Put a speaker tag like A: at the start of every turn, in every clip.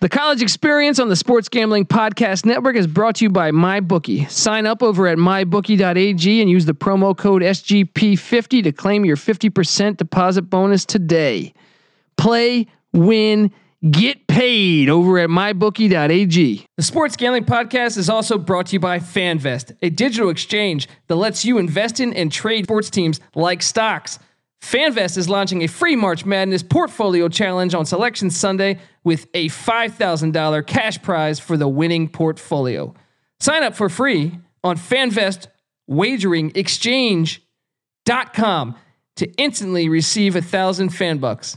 A: The college experience on the Sports Gambling Podcast Network is brought to you by MyBookie. Sign up over at mybookie.ag and use the promo code SGP50 to claim your 50% deposit bonus today. Play, win, get paid over at mybookie.ag. The Sports Gambling Podcast is also brought to you by FanVest, a digital exchange that lets you invest in and trade sports teams like stocks. FanVest is launching a free March Madness portfolio challenge on Selection Sunday with a $5,000 cash prize for the winning portfolio. Sign up for free on FanVest Wagering Exchange.com to instantly receive a thousand fan bucks.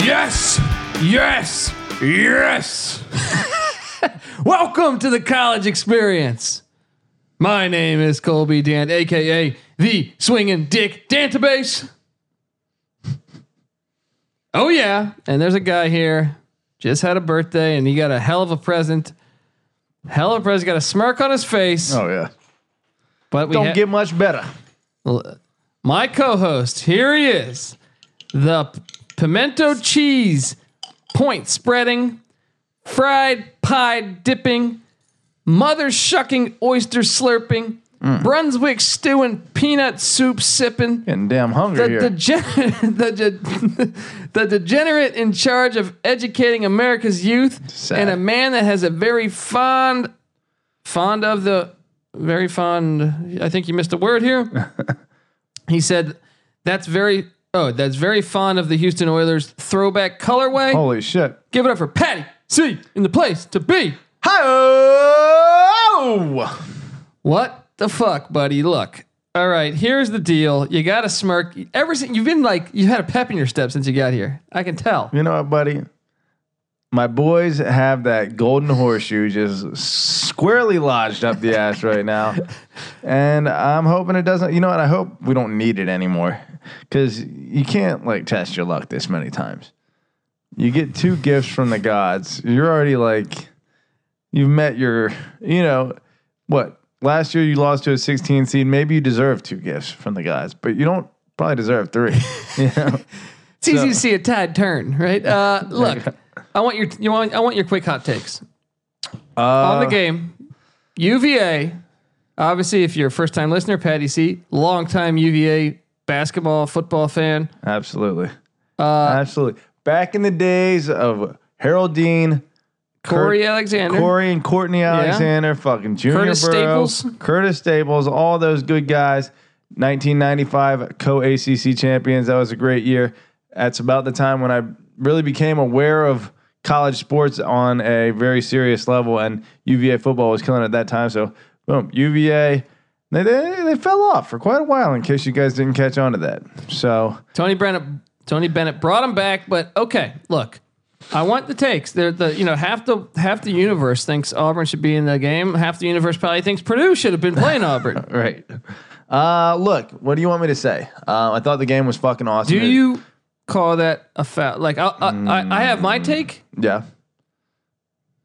B: Yes! Yes! Yes!
A: Welcome to the college experience. My name is Colby Dant, aka the Swinging Dick Dantabase. Oh yeah, and there's a guy here just had a birthday, and he got a hell of a present. Hell of a present. Got a smirk on his face,
B: Oh yeah.
A: but we
B: Don't
A: ha-
B: get much better.
A: my co-host here. He is the p- pimento cheese point spreading, fried pie dipping, mother shucking oyster slurping, Brunswick stew and peanut soup sipping.
B: Getting damn hungry
A: The,
B: here.
A: degen- the, de- the degenerate in charge of educating America's youth,
B: Sad.
A: and a man that has a very fond, fond of the, very fond. I think you missed a word here. he said, "That's very." Oh, that's very fond of the Houston Oilers throwback colorway.
B: Holy shit.
A: Give it up for Patty C in the place to be.
B: Hi!
A: What the fuck, buddy? Look. All right, here's the deal. You got a smirk. Ever since you've been like you had a pep in your step since you got here. I can tell.
B: You know what, buddy? My boys have that golden horseshoe just squarely lodged up the ass right now. And I'm hoping it doesn't. You know what? I hope we don't need it anymore. Because you can't, like, test your luck this many times. You get two gifts from the gods. You're already, like, you've met your, you know, what? Last year you lost to a 16 seed. Maybe you deserve two gifts from the gods, but you don't probably deserve three. You know?
A: It's easy to see a tide turn, right? Uh, look, I want your you want I want your quick hot takes on the game. UVA, obviously, if you're a first time listener, Patty C, long time UVA basketball football fan.
B: Absolutely.
A: Uh,
B: Absolutely. Back in the days of Harold Dean,
A: Corey Alexander.
B: Corey and Courtney Alexander, fucking Junior
A: Curtis
B: Burrow,
A: Staples.
B: Curtis Staples, all those good guys. 1995 co ACC champions. That was a great year. That's about the time when I really became aware of college sports on a very serious level, and UVA football was killing it at that time. So, boom, UVA. They, they, they fell off for quite a while in case you guys didn't catch on to that. So,
A: Tony Bennett. Tony Bennett brought him back, but okay. Look, I want the takes. They're the you know half the half the universe thinks Auburn should be in the game. Half the universe probably thinks Purdue should have been playing Auburn.
B: Right. Uh, look, what do you want me to say? Uh, I thought the game was fucking awesome.
A: Do
B: It-
A: you call that a foul? Like I I, I, I have my
B: Mm.
A: take
B: Yeah,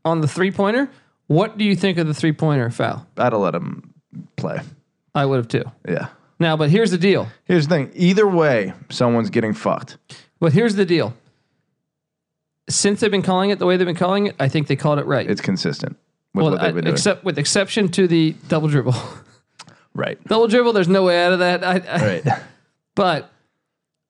A: on the three pointer. What do you think of the three pointer foul?
B: I'd have let him play.
A: I would have too.
B: Yeah.
A: Now, but here's the deal.
B: Here's the thing. Either way, someone's getting fucked.
A: But here's the deal. Since they've been calling it the way they've been calling it, I think they called it right.
B: It's consistent with what
A: I-
B: they've been doing.
A: except with exception to the double dribble.
B: right.
A: double dribble. There's no way out of that. I, I,
B: Right.
A: But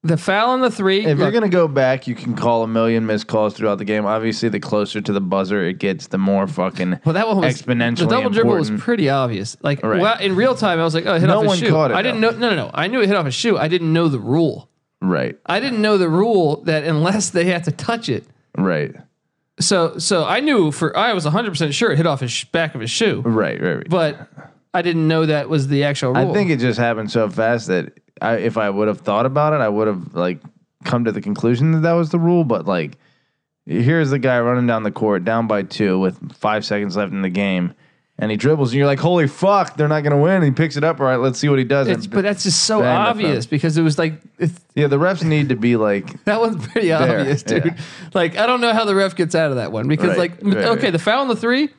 A: the foul on the three.
B: if you're
A: look,
B: gonna go back, you can call a million missed calls throughout the game. Obviously, the closer to the buzzer it gets, the more fucking
A: well, that one was
B: exponentially
A: The double dribble was
B: important.
A: pretty obvious. Like
B: Right.
A: well, in real time, I was like, oh, it hit
B: No
A: off his
B: one
A: shoe.
B: caught it,
A: I didn't
B: though.
A: know. No, no, no. I knew it hit off his shoe. I didn't know the rule.
B: right.
A: I didn't know the rule that unless they had to touch it.
B: Right.
A: So, so I knew for I was 100 percent sure it hit off his sh- back of his shoe,
B: Right. Right. right.
A: but I didn't know that was the actual rule.
B: I think it just happened so fast that I, if I would have thought about it, I would have like come to the conclusion that that was the rule. But like, here's the guy running down the court, down by two, with five seconds left in the game, and he dribbles, and you're like, holy fuck, they're not going to win. And he picks it up. All right, let's see what he does.
A: It's,
B: And-
A: but that's just so
B: Bang the
A: obvious
B: phone.
A: because it was like it's,
B: yeah, the refs need to be like,
A: that one's pretty
B: There,
A: obvious, dude.
B: yeah.
A: Like I don't know how the ref gets out of that one because like
B: Right, right,
A: okay,
B: right.
A: the foul on the three,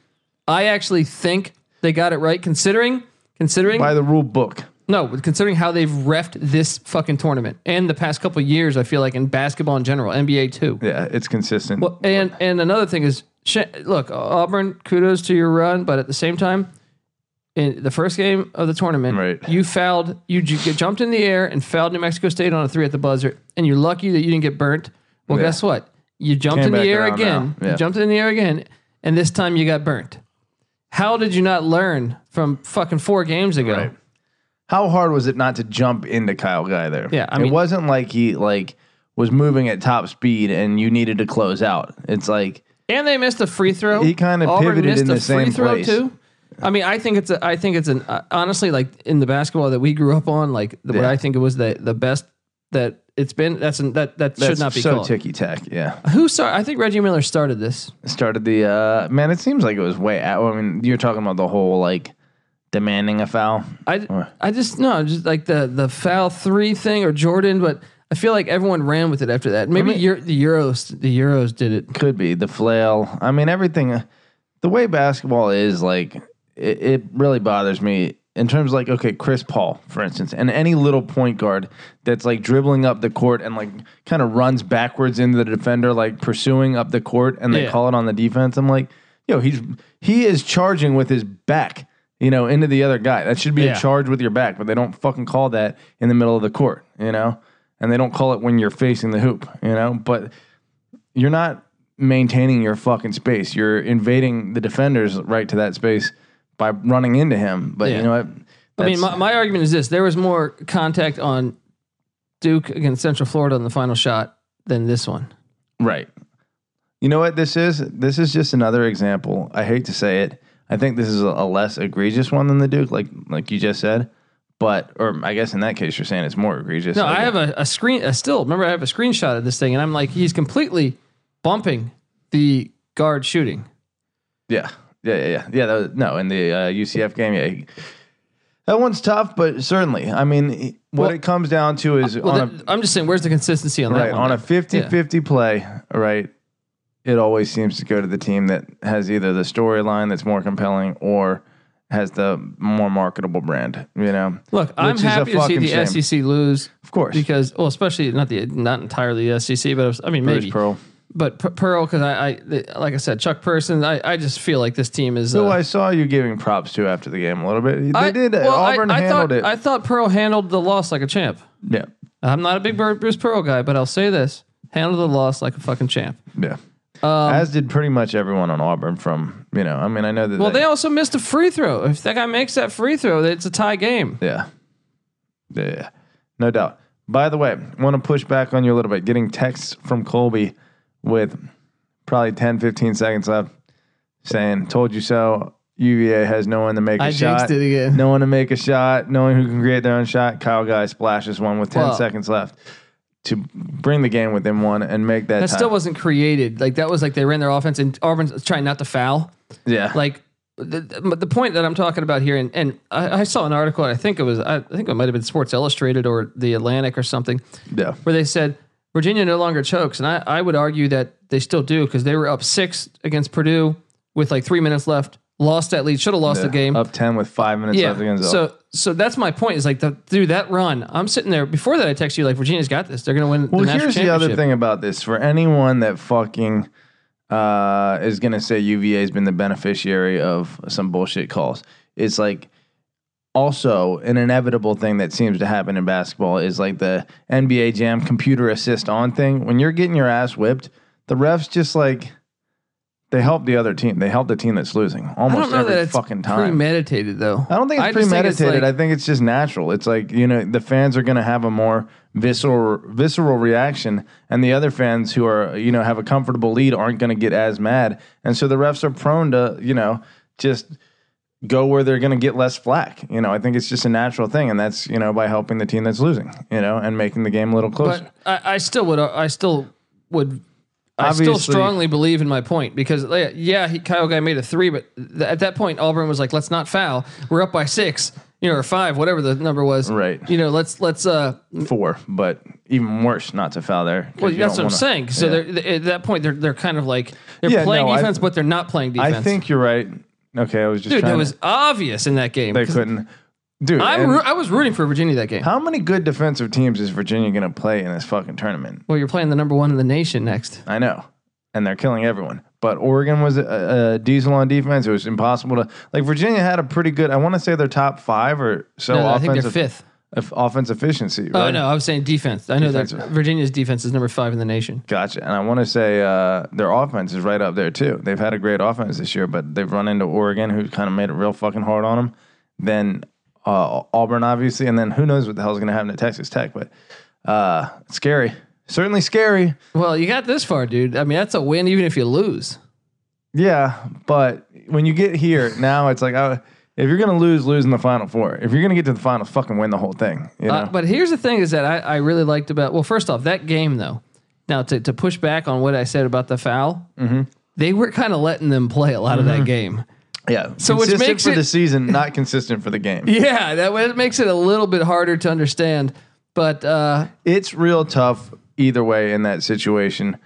A: I actually think they got it right considering considering
B: by the rule book.
A: no considering how they've refed this fucking tournament and the past couple years. I feel like in basketball in general, NBA too.
B: Yeah, it's consistent.
A: Well, and and another thing is, sh- look, Auburn, kudos to your run, but at the same time, in the first game of the tournament,
B: Right.
A: you fouled, you ju- get jumped in the air and fouled New Mexico State on a three at the buzzer, and you're lucky that you didn't get burnt. Well,
B: Yeah.
A: guess what? You jumped
B: Came
A: in the
B: back
A: air
B: around
A: again.
B: now. Yeah.
A: You jumped in the air again, and this time you got burnt. How did you not learn from fucking four games ago?
B: Right. How hard was it not to jump into Kyle Guy there?
A: Yeah, I mean-
B: it wasn't like he like was moving at top speed and you needed to close out. It's like
A: And they missed a free throw.
B: He kinda
A: Auburn
B: pivoted
A: missed
B: in
A: a
B: the
A: free
B: same
A: throw
B: place.
A: too. I mean, I think it's a, I think it's an uh, honestly like in the basketball that we grew up on, like the, what
B: Yeah.
A: I think it was the the best that it's been. That's an, that that should
B: that's
A: not be
B: so
A: called.
B: ticky tack. Yeah,
A: Who started? I think Reggie Miller started this.
B: started the uh man. It seems like it was way out. I mean, you're talking about the whole like demanding a foul.
A: I I just no, just like the the foul three thing or Jordan, but I feel like everyone ran with it after that. Maybe Eur- the Euros the Euros did it.
B: Could be the flail. I mean, everything. uh, The way basketball is, like, it, it really bothers me in terms of, like, okay, Chris Paul, for instance, and any little point guard that's like dribbling up the court and like kind of runs backwards into the defender, like pursuing up the court, and they
A: Yeah.
B: call it on the defense. I'm like, yo, he's he is charging with his back. You know, into the other guy. That should be
A: Yeah.
B: a charge with your back, but they don't fucking call that in the middle of the court, you know? And they don't call it when you're facing the hoop, you know? But you're not maintaining your fucking space. You're invading the defender's right to that space by running into him. But
A: Yeah.
B: you know what?
A: I mean,
B: That's-
A: my, my argument is this: there was more contact on Duke against Central Florida on the final shot than this one.
B: right. You know what this is? This is just another example. I hate to say it. I think this is a, a less egregious one than the Duke, like like you just said. But or I guess in that case you're saying it's more egregious.
A: No, I have a, a screen. A still, remember, I have a screenshot of this thing, and I'm like, he's completely bumping the guard shooting.
B: Yeah, yeah, yeah, yeah. yeah that was, no, in the uh, UCF game, yeah. he- That one's tough, but certainly. I mean, he- what
A: Well-
B: it comes down to is
A: Well,
B: on a
A: that- I'm just saying, where's the consistency on
B: right
A: that one?
B: on a 50-50 play right it always seems to go to the team that has either the storyline that's more compelling or has the more marketable brand you know
A: Look, I'm
B: which is a
A: happy to see
B: fucking
A: the
B: shame.
A: SEC lose
B: of course
A: because, well, especially not the not entirely the SEC, but it was- I mean,
B: Bruce
A: maybe,
B: Pearl.
A: but P- Pearl because I, I the- like I said, Chuck Person, I, I just feel like this team is.
B: who
A: uh,
B: I saw you giving props to after the game a little bit. They
A: I-
B: did. uh,
A: well, I-
B: Auburn
A: I
B: handled
A: thought,
B: it.
A: I thought Pearl handled the loss like a champ.
B: yeah,
A: I'm not a big Bur- Bruce Pearl guy, but I'll say this: handled the loss like a fucking champ.
B: yeah.
A: Um,
B: As did pretty much everyone on Auburn. From you know, I mean, I know that.
A: Well, they also missed a free throw. If that guy makes that free throw, it's a tie game.
B: Yeah. Yeah. No doubt. By the way, want to push back on you a little bit. Getting texts from Colby with probably 10, 15 seconds left saying, Told you so. UVA has no one to make a
A: I
B: shot.
A: jinxed it again.
B: No one to make a shot. No one who can create their own shot. Kyle Guy splashes one with 10
A: Well-
B: seconds left to bring the game within one and make that.
A: That
B: time.
A: still wasn't created. Like that was like they ran their offense and Auburn's trying not to foul.
B: yeah.
A: Like the, but the point that I'm talking about here, and, and I, I saw an article. I think it was I think it might have been Sports Illustrated or The Atlantic or something,
B: yeah.
A: where they said Virginia no longer chokes, and I, I would argue that they still do because they were up six against Purdue with like three minutes left, lost that lead, should have lost the game.
B: Up 10 with five minutes left
A: Yeah.
B: against Auburn.
A: So so that's my point. Is like the, through that run, I'm sitting there. Before that, I text you like Virginia's got this. They're gonna win.
B: Well,
A: the
B: here's
A: national
B: the other
A: championship."
B: thing about this for anyone that fucking uh, is going to say UVA has been the beneficiary of some bullshit calls. It's like also an inevitable thing that seems to happen in basketball is like the NBA Jam computer assist on thing. When you're getting your ass whipped, the refs just like they help the other team. They help the team that's losing
A: I don't
B: almost
A: know
B: every
A: that it's
B: fucking time.
A: premeditated though.
B: I don't think it's
A: just
B: premeditated.
A: like-
B: I think it's just natural. It's like you know the fans are going to have a more visceral visceral reaction, and the other fans who are you know have a comfortable lead aren't going to get as mad, and so the refs are prone to you know just go where they're going to get less flack. You know, I think it's just a natural thing, and that's you know by helping the team that's losing, you know, and making the game a little closer.
A: but I, I still would. I still would I still
B: Obviously-
A: strongly believe in my point because like, yeah, he, Kyle guy made a three, but th- at that point Auburn was like, let's not foul. We're up by six, you know, or five, whatever the number was.
B: Right.
A: You know, let's let's uh.
B: four, but even worse not to foul there. 'cause
A: Well,
B: you
A: that's what
B: don't
A: I'm saying.
B: wanna-
A: So
B: Yeah.
A: they're, th- at that point, they're they're kind of like they're
B: Yeah,
A: playing
B: no, I-
A: defense, but they're not playing defense.
B: I think you're right. Okay, I was just
A: dude,
B: trying
A: that
B: to-
A: was obvious in that game.
B: they
A: 'Cause
B: couldn't. Dude,
A: I'm
B: and
A: roo- I was rooting for Virginia that game.
B: how many good defensive teams is Virginia going to play in this fucking tournament?
A: Well, you're playing the number one in the nation next.
B: I know, and they're killing everyone. But Oregon was a, a diesel on defense. It was impossible to like. Virginia had a pretty good. I want to say they're top five or so
A: No, no, I
B: Oh, offensive
A: think they're fifth.
B: of- offense efficiency.
A: Oh
B: Right?
A: no, I was saying defense. I know that
B: Defensive.
A: Virginia's defense is number five in the nation.
B: Gotcha. And I want to say uh, their offense is right up there too. They've had a great offense this year, but they've run into Oregon, who kind of made it real fucking hard on them. Then uh, Auburn, obviously, and then who knows what the hell's going to happen at Texas Tech? But uh, it's scary, certainly scary.
A: Well, you got this far, dude. I mean, that's a win, even if you lose.
B: Yeah, but when you get here now, it's like I, if you're going to lose, lose in the final four. If you're going to get to the final, fucking win the whole thing. You know,
A: Uh, but here's the thing: is that I, I really liked about. Well, first off, that game though. Now to to push back on what I said about the foul,
B: Mm-hmm.
A: they were kind of letting them play a lot of that game.
B: yeah.
A: so which
B: consistent
A: makes
B: for
A: it-
B: the season, not consistent for the game.
A: Yeah, that wa- that makes it a little bit harder to understand. But uh,
B: it's real tough either way in that situation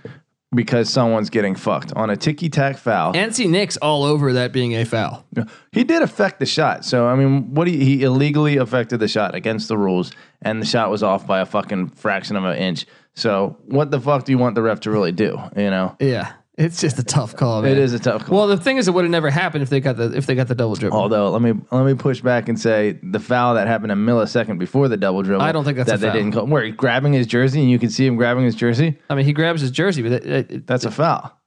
B: because someone's getting fucked on a ticky tack foul.
A: NC Nick's all over that being a foul.
B: he did affect the shot, so I mean, what he, he illegally affected the shot against the rules, and the shot was off by a fucking fraction of an inch. So what the fuck do you want the ref to really do? You know,
A: Yeah, it's just a tough call. Man.
B: it is a tough call. Oh.
A: Well, the thing is, it would have never happened if they got the if they got the double dribble.
B: Although let me let me push back and say the foul that happened a millisecond before the double dribble.
A: I don't think that's
B: that
A: a
B: they
A: foul.
B: didn't call. Where he's grabbing his jersey and you can see him grabbing his jersey.
A: I mean, he grabs his jersey, but it, it, it-
B: That's a foul.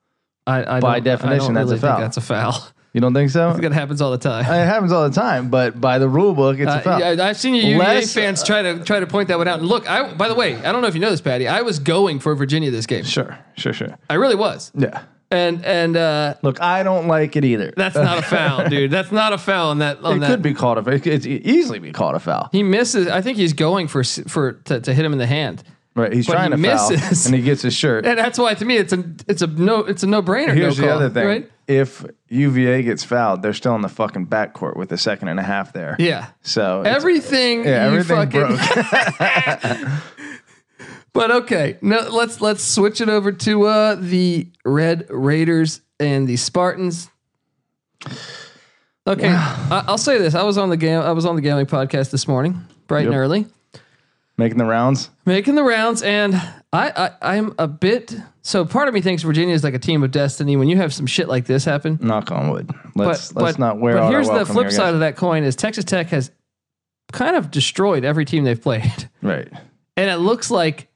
A: I, I
B: by
A: don't- I
B: definition,
A: don't
B: that's a
A: really think
B: foul.
A: That's a foul.
B: You don't think so?
A: that happens all the time.
B: It happens all the time, but by the rule book, it's a
A: Uh,
B: foul.
A: yeah, I've seen you UVA
B: Less-
A: fans try to try to point that one out. And look, I by the way, I don't know if you know this, Patty. I was going for Virginia this game.
B: Sure, sure, sure.
A: I really was,
B: Yeah.
A: and and uh,
B: Look, I don't like it either.
A: that's not a foul, dude. That's not a foul on that. On
B: it
A: that.
B: could be called a foul. It could it's easily be called a foul.
A: He misses. I think he's going for s- for to, to hit him in the hand.
B: Right. He's trying
A: he
B: to
A: misses.
B: foul and he gets his shirt.
A: And that's why to me it's a it's a no it's a no brainer.
B: Here's
A: no
B: the
A: call,
B: other thing.
A: right?
B: If UVA gets fouled, they're still in the fucking backcourt with a second and a half there.
A: Yeah.
B: So it's-
A: Everything,
B: yeah,
A: you
B: everything
A: fucking,
B: broke.
A: But okay, no, let's let's switch it over to uh, the Red Raiders and the Spartans. Okay, I, I'll say this: I was on the game. I was on the gambling podcast this morning, bright and
B: Yep.
A: early,
B: Making the rounds.
A: making the rounds, and I, I I'm a bit. So part of me thinks Virginia is like a team of destiny. When you have some shit like this happen,
B: Knock on wood. Let's
A: but
B: let's
A: but,
B: not wear.
A: but
B: out our
A: here's the
B: welcome
A: flip
B: here,
A: side
B: guys.
A: of that coin: is Texas Tech has kind of destroyed every team they've played.
B: Right.
A: and it looks like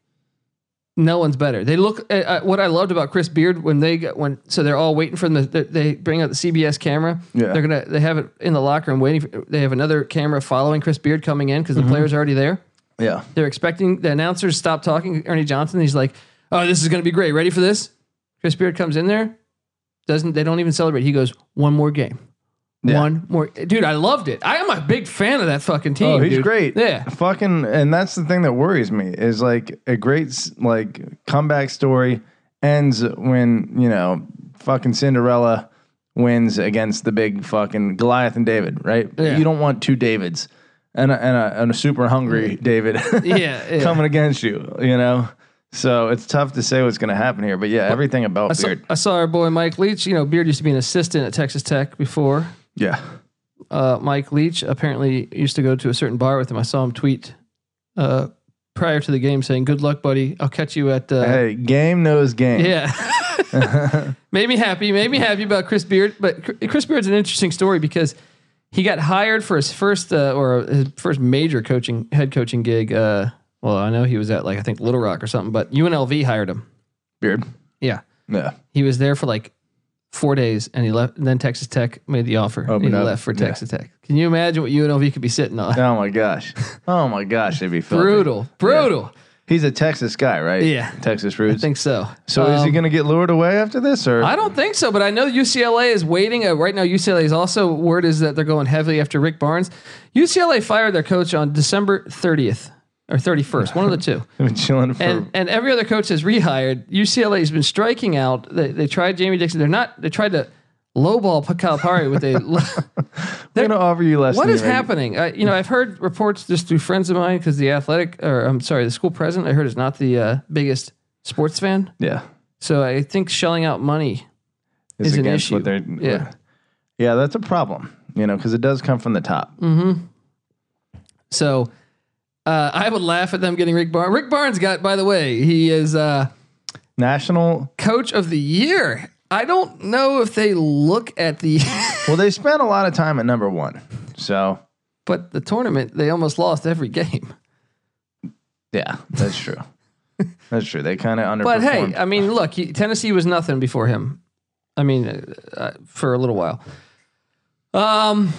A: no one's better. They look. Uh, uh, what I loved about Chris Beard when they got when so they're all waiting for them. To, they bring out the CBS camera.
B: Yeah.
A: they're gonna they have it in the locker room waiting. For, they have another camera following Chris Beard coming in because
B: Mm-hmm.
A: the player's already there.
B: Yeah.
A: They're expecting the announcers stop talking. Ernie Johnson. He's like, "Oh, this is gonna be great. Ready for this?" Chris Beard comes in there. Doesn't they don't even celebrate? He goes one more game.
B: Yeah.
A: One more, dude. I loved it. I am a big fan of that fucking team.
B: Oh, he's
A: dude.
B: great.
A: Yeah,
B: Fucking, and that's the thing that worries me is like a great s- like comeback story ends when you know fucking Cinderella wins against the big fucking Goliath and David, right?
A: Yeah.
B: You don't want two Davids and a, and a, and a super hungry David
A: yeah, yeah.
B: coming against you, you know. So it's tough to say what's going to happen here, but yeah, everything about
A: saw-
B: Beard,
A: I saw our boy Mike Leach. You know, Beard used to be an assistant at Texas Tech before.
B: yeah,
A: Uh, Mike Leach apparently used to go to a certain bar with him. I saw him tweet uh, prior to the game saying, "Good luck, buddy. I'll catch you at." Uh,
B: hey, game knows game.
A: Yeah. made me happy. Made me happy about Chris Beard. But Chr- Chris Beard's an interesting story because he got hired for his first uh, or his first major coaching head coaching gig. Uh, well, I know he was at like I think Little Rock or something, but UNLV hired him.
B: Beard,
A: Yeah.
B: yeah,
A: He was there for like four days, and he left. And then Texas Tech made the offer. and he
B: Opened up.
A: left for
B: Yeah.
A: Texas Tech. Can you imagine what UNLV could be sitting on?
B: oh my gosh, oh my gosh, they'd be filthy.
A: brutal, brutal.
B: He's a Texas guy, right?
A: Yeah.
B: Texas roots.
A: I think so.
B: so is he going to get lured away after this, or
A: I don't think so, but I know UCLA is waiting. Uh, right now, UCLA is also word is that they're going heavily after Rick Barnes. UCLA fired their coach on December 30th or 31st, one of the two.
B: I've been chilling for.
A: And and every other coach has rehired. UCLA has been striking out. They, they tried Jamie Dixon. They're not. They tried to lowball P- Calipari with a.
B: we're gonna offer you less.
A: what
B: than
A: is
B: your regu-
A: happening? I, you know, I've heard reports just through friends of mine because the athletic, or I'm sorry, the school president, I heard is not the uh, biggest sports fan.
B: Yeah,
A: So I think shelling out money.
B: it's
A: Is an
B: against
A: issue.
B: what they're.
A: Yeah.
B: yeah, that's a problem. You know, because it does come from the top.
A: Mm. So uh, I would laugh at them getting Rick Barnes. Rick Barnes got, by the way, he is uh,
B: National.
A: coach of the year. I don't know if they look at the,
B: Well, they spent a lot of time at number one, so
A: but the tournament they almost lost every game.
B: yeah, that's true. that's true. They kind of underperformed.
A: But hey, uh, I mean, look, he, Tennessee was nothing before him. I mean, uh, uh, for a little while. Um,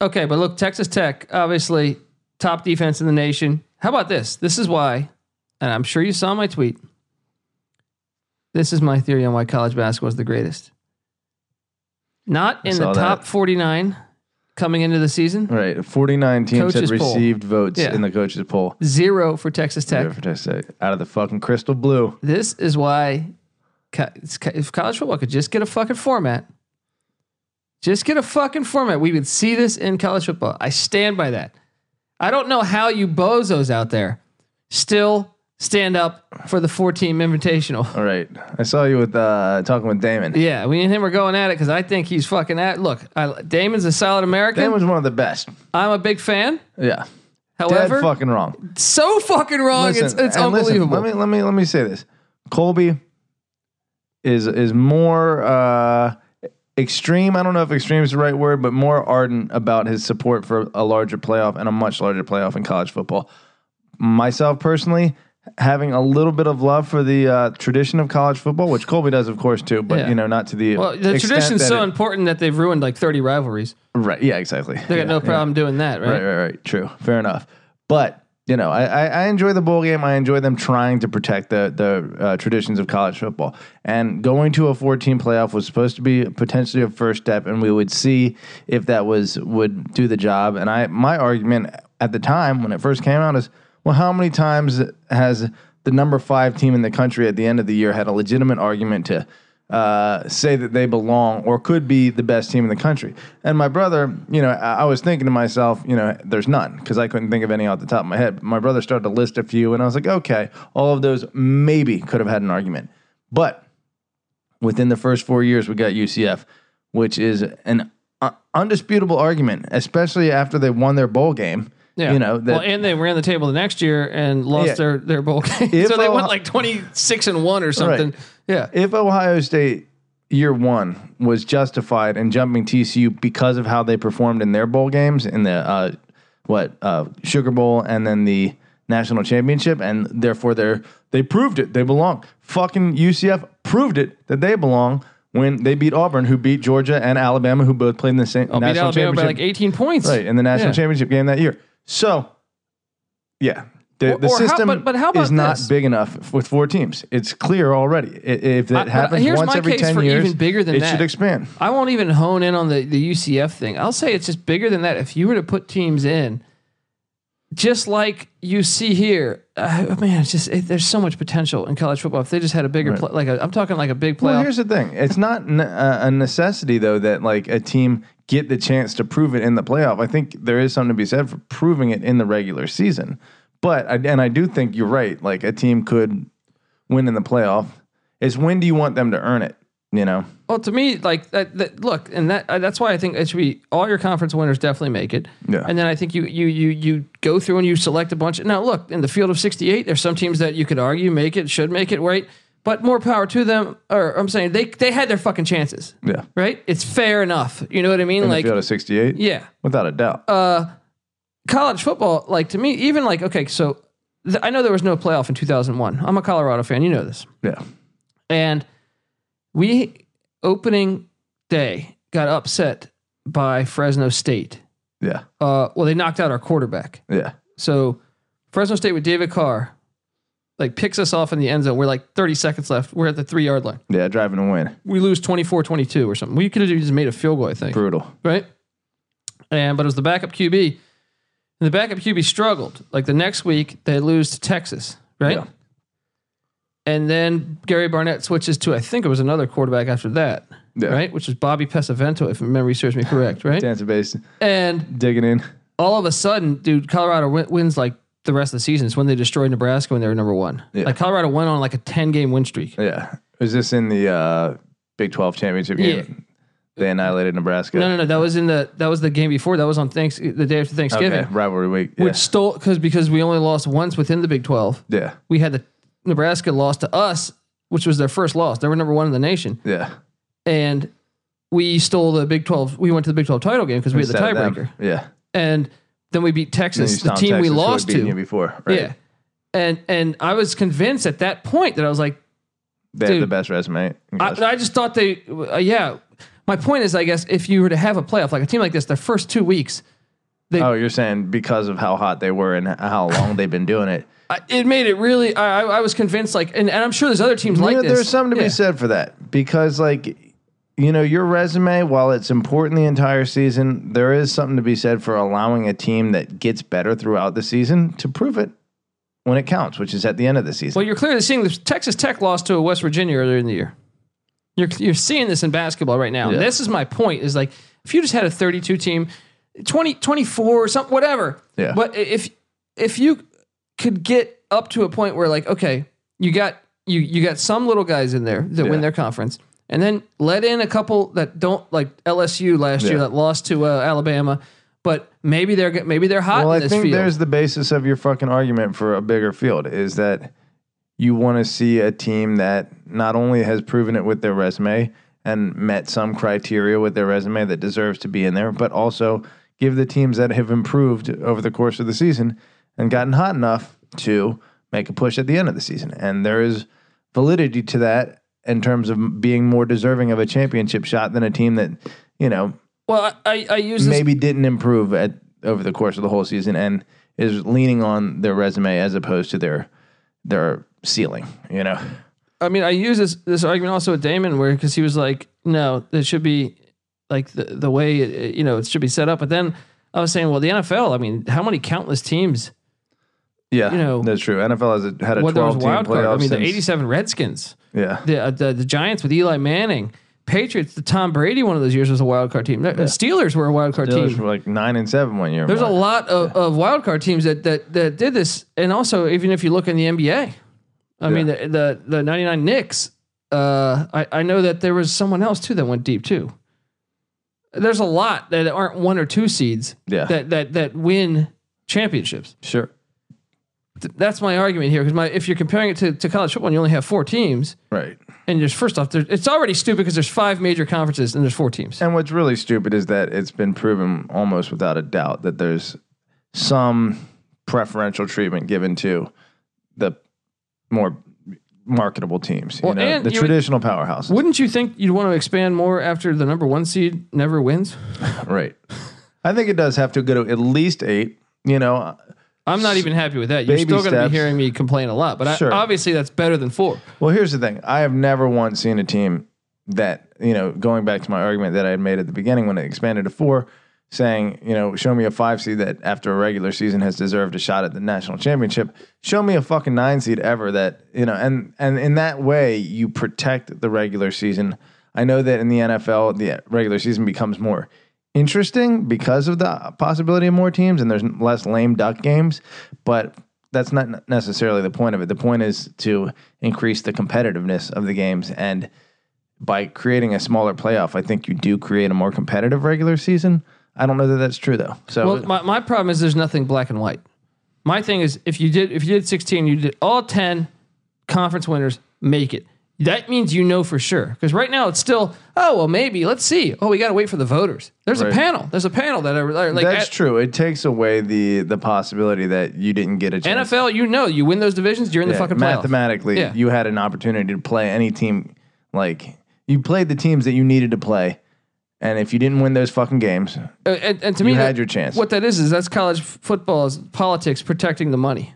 A: okay, but look, Texas Tech, obviously top defense in the nation. How about this? This is why, and I'm sure you saw my tweet. This is my theory on why college basketball is the greatest. Not in the
B: saw that.
A: top 49 coming into the season.
B: right, forty-nine teams had
A: Coaches poll.
B: received votes
A: Yeah.
B: in the coaches poll.
A: Zero for Texas Tech.
B: Yeah, for Texas Tech. Out of the fucking crystal blue.
A: This is why co- it's co- if college football could just get a fucking format, just get a fucking format, we would see this in college football. I stand by that. I don't know how you bozos out there still stand up for the four team invitational.
B: All right, I saw you with uh, talking with Damon.
A: Yeah, we and him are going at it because I think he's fucking at. Look, I, Damon's a solid American.
B: Damon's one of the best.
A: I'm a big fan.
B: Yeah,
A: However,
B: dead fucking wrong.
A: so fucking wrong. it's
B: Listen,
A: it's
B: and listen,
A: unbelievable.
B: let me let me let me say this. Colby is is more uh, extreme. I don't know if extreme is the right word, but more ardent about his support for a larger playoff and a much larger playoff in college football. Myself personally. Having a little bit of love for the uh, tradition of college football, which Colby does, of course, too, but
A: Yeah.
B: you know, not to the
A: well, the
B: extent
A: tradition's
B: that
A: so
B: it-
A: important that they've ruined like 30 rivalries.
B: Right. Yeah. Exactly.
A: They
B: yeah,
A: got no
B: yeah.
A: problem doing that,
B: Right. Right. Right. True. Fair enough. But you know, I, I, I enjoy the bowl game. I enjoy them trying to protect the the uh, traditions of college football. And going to a 14 playoff was supposed to be potentially a first step, and we would see if that was would do the job. And I my argument at the time when it first came out is, well, how many times has the number five team in the country at the end of the year had a legitimate argument to uh, say that they belong or could be the best team in the country. And my brother, you know, I, I was thinking to myself, you know, there's none because I couldn't think of any off the top of my head. But my brother started to list a few, and I was like, okay, all of those maybe could have had an argument. But within the first four years, we got UCF, which is an uh, undisputable argument, especially after they won their bowl game.
A: Yeah.
B: You know, that,
A: well, and they ran the table the next year and lost
B: Yeah.
A: their their bowl game.
B: If
A: so they
B: Ohio-
A: went like twenty six and one or something. Yeah.
B: if Ohio State year one was justified in jumping TCU because of how they performed in their bowl games in the uh, what uh, Sugar Bowl and then the national championship, and therefore they they proved it they belong. Fucking UCF proved it that they belong when they beat Auburn, who beat Georgia and Alabama, who both played in the same
A: Oh, Beat
B: national
A: Alabama by
B: championship
A: like eighteen points.
B: right in the national
A: Yeah.
B: championship game that year. So, yeah, the,
A: Or-
B: the
A: or how-
B: system
A: but- but how about
B: is not
A: this?
B: big enough with four teams. It's clear already. I- If it
A: but
B: happens
A: here's
B: once
A: my
B: every
A: case
B: ten
A: for
B: years,
A: even bigger than
B: it
A: that.
B: should expand.
A: I won't even hone in on the, the UCF thing. I'll say it's just bigger than that. If you were to put teams in, just like you see here, uh, man, it's just it, there's so much potential in college football. If they just had a bigger play, like a, I'm talking like a big playoff.
B: Well, here's the thing. It's not n- uh, a necessity though that like a team get the chance to prove it in the playoff. I think there is something to be said for proving it in the regular season. But I, and I do think you're right. Like a team could win in the playoff. It's when do you want them to earn it? You know.
A: Well, to me, like that, that look, and that uh, that's why I think it should be all your conference winners definitely make it.
B: Yeah.
A: And then I think you you you you go through and you select a bunch. Now, look, in the field of 68, there's some teams that you could argue make it, should make it, right? But more power to them. Or I'm saying they they had their fucking chances,
B: Yeah.
A: right? It's fair enough. You know what I mean?
B: In
A: like,
B: the field of 68.
A: yeah
B: Without a doubt.
A: Uh, college football, like to me, even like okay, so th- I know there was no playoff in 2001. I'm a Colorado fan, you know this,
B: yeah.
A: and we opening day got upset by Fresno State.
B: Yeah.
A: Uh, well, they knocked out our quarterback,
B: Yeah.
A: so Fresno State with David Carr, like picks us off in the end zone. We're like 30 seconds left. We're at the three yard line.
B: Yeah. Driving to win.
A: We lose 24-22 or something. We could have just made a field goal, I think
B: Brutal.
A: right? And but it was the backup QB And the backup QB struggled. Like the next week, they lose to Texas, right?
B: Yeah.
A: And then Gary Barnett switches to, I think it was another quarterback after that,
B: Yeah.
A: right? Which was Bobby Pesavento, if memory serves me correct, right?
B: Dancer bass
A: And
B: digging in.
A: all of a sudden, dude, Colorado win- wins like the rest of the season. It's when they destroyed Nebraska when they were number one.
B: Yeah.
A: Like Colorado went on like a 10 game win streak.
B: Yeah. Was this in the uh, Big 12 championship game?
A: Yeah.
B: They annihilated Nebraska.
A: No, no, no. That was in the that was the game before. That was on thanks the day after Thanksgiving,
B: Okay, rivalry week. Yeah.
A: which stole because because we only lost once within the Big Twelve.
B: yeah.
A: We had the Nebraska loss to us, which was their first loss. They were number one in the nation,
B: Yeah.
A: and we stole the Big Twelve. We went to the Big Twelve title game because we had the
B: Instead of them.
A: tiebreaker,
B: Yeah.
A: and then we beat
B: And you
A: Texas, the
B: stomped
A: team
B: Texas,
A: we
B: who had
A: lost
B: beaten You
A: to.
B: before, right?
A: Yeah, and and I was convinced at that point that I was like,
B: They have
A: Dude.
B: the best resume.
A: I, I just thought they, uh, yeah. My point is, I guess if you were to have a playoff like a team like this, their first two weeks.
B: oh, you're saying because of how hot they were and how long they've been doing it.
A: I, it made it really. I, I I was convinced, like, and, and I'm sure there's other teams like
B: Yeah,
A: this.
B: there's something to
A: Yeah.
B: be said for that because, like, you know, your resume, while it's important the entire season, there is something to be said for allowing a team that gets better throughout the season to prove it when it counts, which is at the end of the season.
A: Well, you're clearly seeing the Texas Tech lost to West Virginia earlier in the year. You're you're seeing this in basketball right now. And
B: Yeah.
A: This is my point: is like if you just had a 32 team, 20, 24 or something, whatever.
B: Yeah.
A: But i- if if you could get up to a point where like, okay, you got you you got some little guys in there that win
B: Yeah.
A: their conference, and then let in a couple that don't like LSU last year
B: Yeah.
A: that lost to uh, Alabama, but maybe they're g- maybe they're hot
B: Well,
A: in
B: I
A: this
B: think
A: field.
B: there's the basis of your fucking argument for a bigger field is that you want to see a team that not only has proven it with their resume and met some criteria with their resume that deserves to be in there, but also give the teams that have improved over the course of the season and gotten hot enough to make a push at the end of the season. And there is validity to that in terms of being more deserving of a championship shot than a team that, you know,
A: well, I, I, I use this
B: maybe didn't improve at over the course of the whole season and is leaning on their resume as opposed to their their ceiling. You know,
A: I mean, I use this this argument also with Damon, where because he was like, no, it should be like the the way it- it, you know it should be set up. But then I was saying, well, the NFL. I mean, how many countless teams?
B: yeah,
A: You know,
B: that's true. NFL has a, had a
A: Whether it was
B: twelve team
A: wild card,
B: playoff.
A: I mean, the
B: since-
A: '87 Redskins,
B: yeah,
A: the, uh, the the Giants with Eli Manning, Patriots, the Tom Brady. One of those years was a wild card team. The Steelers were a wild card
B: Steelers
A: team.
B: were like nine and seven one year.
A: There's a
B: Mark.
A: lot of, of wild card teams that, that that did this, and also even if you look in the NBA, I mean the the the '99 Knicks. Uh, I I know that there was someone else too that went deep too. There's a lot that aren't one or two seeds
B: Yeah.
A: that that that win championships.
B: Sure,
A: Th- That's my argument here because my if you're comparing it to, to college football, and you only have four teams,
B: right.
A: and there's first off, there, it's already stupid because there's five major conferences and there's four teams.
B: And what's really stupid is that it's been proven almost without a doubt that there's some preferential treatment given to the more marketable teams.
A: Well,
B: you know,
A: and
B: the
A: you would-
B: traditional powerhouses.
A: Wouldn't you think you'd want to expand more after the number one seed never wins?
B: Right. I think it does have to go to at least eight. You know,
A: I'm not even happy with that. You're
B: Baby
A: still going to
B: steps.
A: be hearing me complain a lot, but I,
B: Sure.
A: obviously that's better than four.
B: well, here's the thing. I have never once seen a team that, you know, going back to my argument that I had made at the beginning when it expanded to four, saying, you know, show me a five seed that after a regular season has deserved a shot at the national championship. Show me a fucking nine seed ever that, you know, and and in that way you protect the regular season. I know that in the NFL, the regular season becomes more interesting because of the possibility of more teams and there's less lame duck games, but that's not necessarily the point of it. The point is to increase the competitiveness of the games and by creating a smaller playoff, I think you do create a more competitive regular season. I don't know that that's true though. So
A: Well, my, my problem is there's nothing black and white. My thing is if you did if you did 16, you did all 10 conference winners make it. That means you know for sure because right now it's still oh well maybe let's see oh we got to wait for the voters. There's a
B: Right.
A: panel. There's a panel that are like
B: that's
A: at
B: true. It takes away the the possibility that you didn't get a chance.
A: NFL. You know you win those divisions. You're in the
B: Yeah,
A: fucking playoff.
B: mathematically,
A: Yeah.
B: you had an opportunity to play any team. Like you played the teams that you needed to play, and if you didn't win those fucking games,
A: Uh, and, and to me,
B: you had
A: that-
B: your chance.
A: What that is is that's college f- football is politics protecting the money.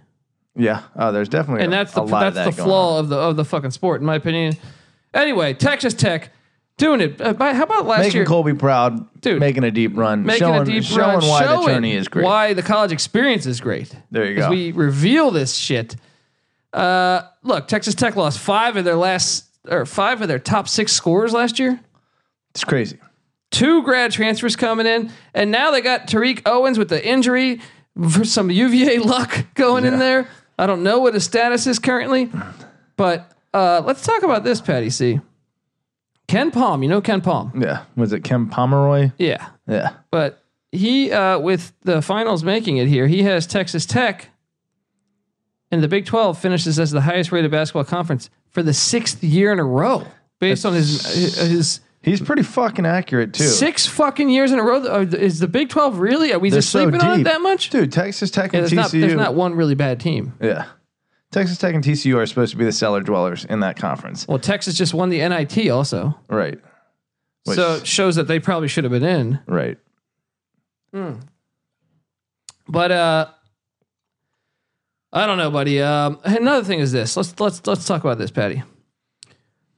B: Yeah. Oh, there's definitely
A: and
B: a,
A: that's the
B: a lot
A: that's
B: of that
A: the
B: going on.
A: flaw of the of the fucking sport, in my opinion. Anyway, Texas Tech Doing it. Uh, by, how about last
B: Making
A: year?
B: Colby proud,
A: Dude.
B: making a deep run,
A: making
B: showing,
A: a deep
B: showing
A: run,
B: why
A: showing
B: the tourney is great.
A: Why the college experience is great.
B: There you
A: As
B: go.
A: we reveal this shit. Uh, look, Texas Tech lost five of their last or five of their top six scores last year.
B: It's crazy.
A: Two grad transfers coming in, and now they got Tariq Owens with the injury for some UVA luck going in there. I don't know what his status is currently, but uh, let's talk about this, Patty C. Ken Palm, you know Ken Palm,
B: Yeah. Was it Kim Pomeroy?
A: yeah.
B: Yeah.
A: But he, uh, with the finals making it here, he has Texas Tech, and the Big Twelve finishes as the highest rated basketball conference for the sixth year in a row, based on his his
B: He's pretty fucking accurate too.
A: six fucking years in a row. Uh, Is the Big Twelve really? Are we just
B: so
A: sleeping on it
B: deep.
A: that much?
B: Dude, Texas Tech
A: Yeah,
B: and
A: there's
B: TCU.
A: not there's not one really bad team.
B: yeah. Texas Tech and TCU are supposed to be the cellar dwellers in that conference.
A: Well, Texas just won the NIT also,
B: Right. Which-
A: so it shows that they probably should have been in.
B: right.
A: But uh I don't know, buddy. Um another thing is this. Let's let's let's talk about this, Patty.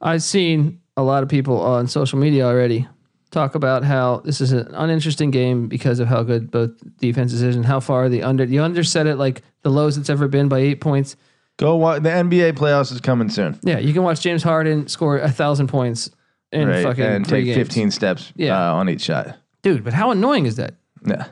A: I've seen a lot of people on social media already talk about how this is an uninteresting game because of how good both defenses is and how far the under the under set it like the lowest it's ever been by eight points.
B: Go watch the NBA playoffs is coming soon.
A: Yeah, you can watch James Harden score a thousand points in
B: Right.
A: fucking
B: and
A: three
B: take
A: games.
B: 15 steps
A: Yeah.
B: uh, on each shot.
A: Dude, but how annoying is that?
B: Yeah.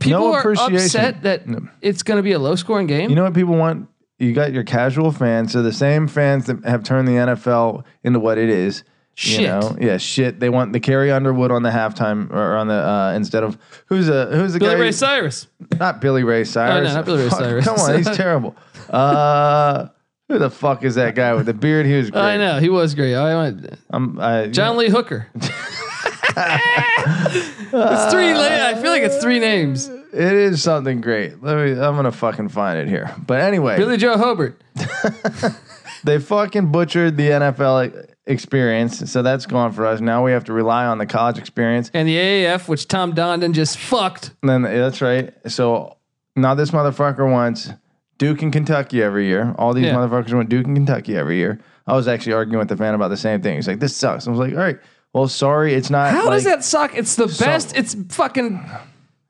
A: People
B: No
A: are
B: appreciation.
A: upset that it's going to be a low scoring game.
B: You know what people want? You got your casual fans. So the same fans that have turned the NFL into what it is.
A: Shit.
B: You know? Yeah, shit. They want the Carrie Underwood on the halftime or on the uh, instead of who's a who's the
A: Billy
B: guy?
A: Ray Cyrus. Oh,
B: Not Billy Ray Cyrus.
A: not Billy Ray
B: Fuck,
A: Cyrus.
B: Come on, he's terrible. Uh, who the fuck is that guy with the beard? He was great.
A: I know he was great. I went
B: I'm, I,
A: John Lee Hooker. it's three. la- I feel like it's three names.
B: It is something great. Let me. I'm gonna fucking find it here. But anyway,
A: Billy Joe Hobart.
B: they fucking butchered the NFL experience, so that's gone for us. Now we have to rely on the college experience.
A: And the AAF, which Tom Dondon just fucked.
B: And then that's right. So now this motherfucker wants Duke and Kentucky every year. All these
A: Yeah.
B: motherfuckers want Duke and Kentucky every year. I was actually arguing with the fan about the same thing. He's like, "This sucks." I was like, "All right, well, sorry, it's not."
A: How does
B: like-
A: that suck? It's the best. It's fucking.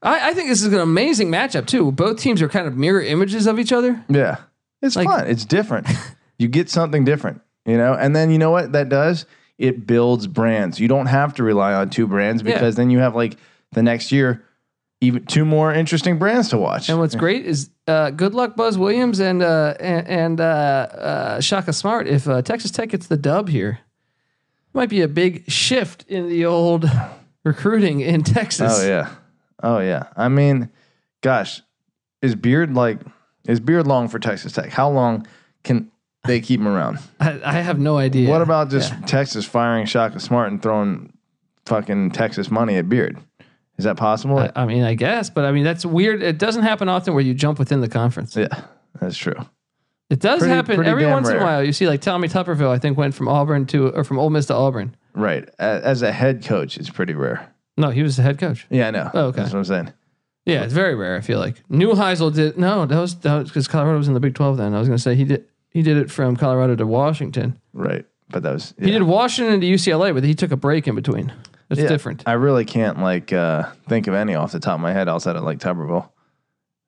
A: I, I think this is an amazing matchup too. Both teams are kind of mirror images of each other.
B: Yeah. It's fun. It's different. you get something different, you know? And then you know what that does? It builds brands. You don't have to rely on two brands
A: Yeah.
B: because then you have like the next year even two more interesting brands to watch. Oh,
A: And what's great is uh, good luck Buzz Williams and uh, and, and uh, uh, Shaka Smart if uh, Texas Tech gets the dub here. Might be a big shift in the old recruiting in Texas.
B: oh yeah. Oh yeah. I mean, gosh, is beard like is beard long for Texas Tech? How long can they keep him around?
A: I, I have no idea.
B: What about just Texas firing Shaka Smart and throwing fucking Texas money at Beard? Is that possible?
A: I- I mean, I guess, but I mean, that's weird. It doesn't happen often where you jump within the conference.
B: yeah, that's true.
A: It does
B: Pretty-
A: happen
B: pretty
A: every
B: damn
A: once in a
B: rare.
A: while. You see, like Tommy Tupperville, I think went from Auburn to or from Ole Miss to Auburn.
B: Right. A- As a head coach, it's pretty rare.
A: No, he was the head coach.
B: Yeah, I know.
A: Oh, okay.
B: That's what I'm saying.
A: Yeah, it's very rare. I feel like New Heisel did. No, that was that was because Colorado was in the Big Twelve. Then I was going to say he did he did it from Colorado to Washington.
B: Right. But that was.
A: He
B: yeah.
A: did Washington to UCLA, but he took a break in between. That's
B: Yeah.
A: different.
B: I really can't like uh, think of any off the top of my head outside of like Tuberville.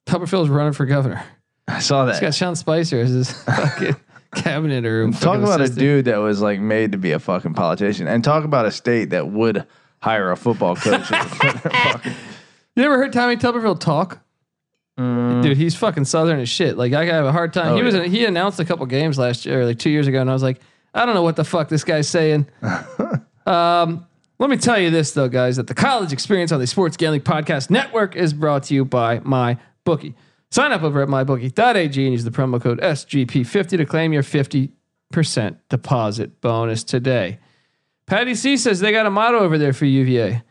A: Tupperville's running for governor.
B: I saw
A: He's got
B: that.
A: Sean Spicer as his fucking cabinet or
B: Talk
A: fucking
B: about a
A: assistant.
B: dude that was like made to be a fucking politician, and talk about a state that would hire a football coach.
A: You ever heard Tommy Tuberville talk? Dude, he's fucking southern as shit. Like I have a hard time.
B: Mm. Oh,
A: he was
B: yeah.
A: in, he announced a couple games last year, like two years ago, and I was like, I don't know what the fuck this guy's saying. um, let me tell you this though, guys, that the college experience on the Sports Gambling Podcast Network is brought to you by my bookie. Sign up over at mybookie.ag and use the promo code SGP50 to claim your 50% deposit bonus today. Patty C says they got a motto over there for UVA.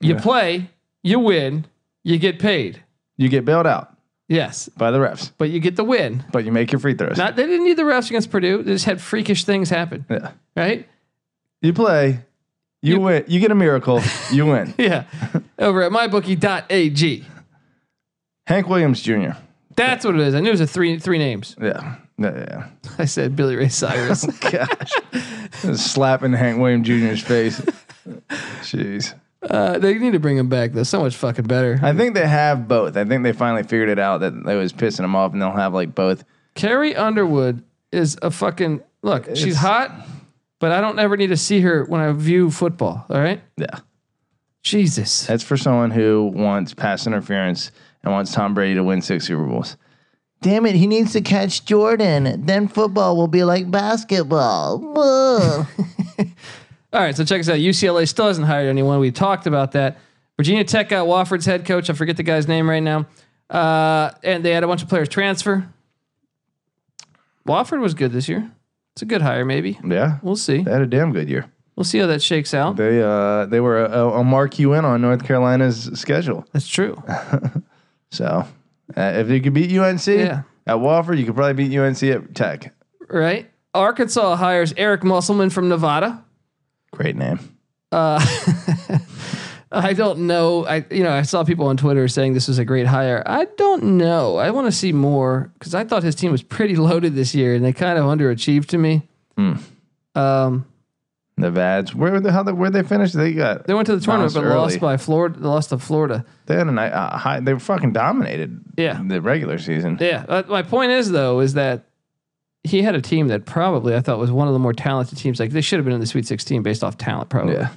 A: You play, you win, you get paid.
B: you get bailed out
A: Yes,
B: by the refs,
A: but you get the win.
B: but you make your free throws.
A: Not they didn't need the refs against Purdue. They just had freakish things happen,
B: yeah.
A: right?
B: You play, you, win, you get a miracle, you win.
A: Yeah. Over at mybookie.ag.
B: Hank Williams Jr.
A: That's what it is. I knew it was a three three names.
B: Yeah. Yeah.
A: I said Billy Ray Cyrus.
B: yeah. Gosh. Slapping Hank Williams Jr.'s face. Jeez.
A: Uh, they need to bring him back. That's so much fucking better.
B: I think they have both. I think they finally figured it out that it was pissing them off, and they'll have like both.
A: Carrie Underwood is a fucking look. she's hot, but I don't ever need to see her when I view football. All right,
B: Yeah.
A: Jesus.
B: That's for someone who wants pass interference and wants Tom Brady to win six Super Bowls. Damn it, he needs to catch Jordan. Then football will be like basketball.
A: All right, so check us out. UCLA still hasn't hired anyone. We talked about that. Virginia Tech got Wofford's head coach. I forget the guy's name right now. Uh, and they had a bunch of players transfer. Wofford was good this year. It's a good hire, maybe.
B: yeah.
A: We'll see.
B: They had a damn good year.
A: We'll see how that shakes out.
B: They uh they were a, a marquee win on North Carolina's schedule.
A: That's true.
B: So uh, if you could beat UNC
A: Yeah.
B: at Wofford, you could probably beat UNC at Tech.
A: Right? Arkansas hires Eric Musselman from Nevada.
B: Great name.
A: I don't know. I you know, I saw people on Twitter saying this was a great hire. I don't know. I want to see more because I thought his team was pretty loaded this year and they kind of underachieved to me. Um
B: The Vads. Where the hell? Where they finished? They got.
A: They went to the tournament, but
B: Bounced early.
A: lost by Florida. They lost to Florida.
B: They had a night. Uh, high, they were fucking dominated.
A: Yeah.
B: The regular season.
A: Yeah. Uh, my point is though is that he had a team that probably I thought was one of the more talented teams. Like they should have been in the Sweet 16 based off talent, probably.
B: Yeah.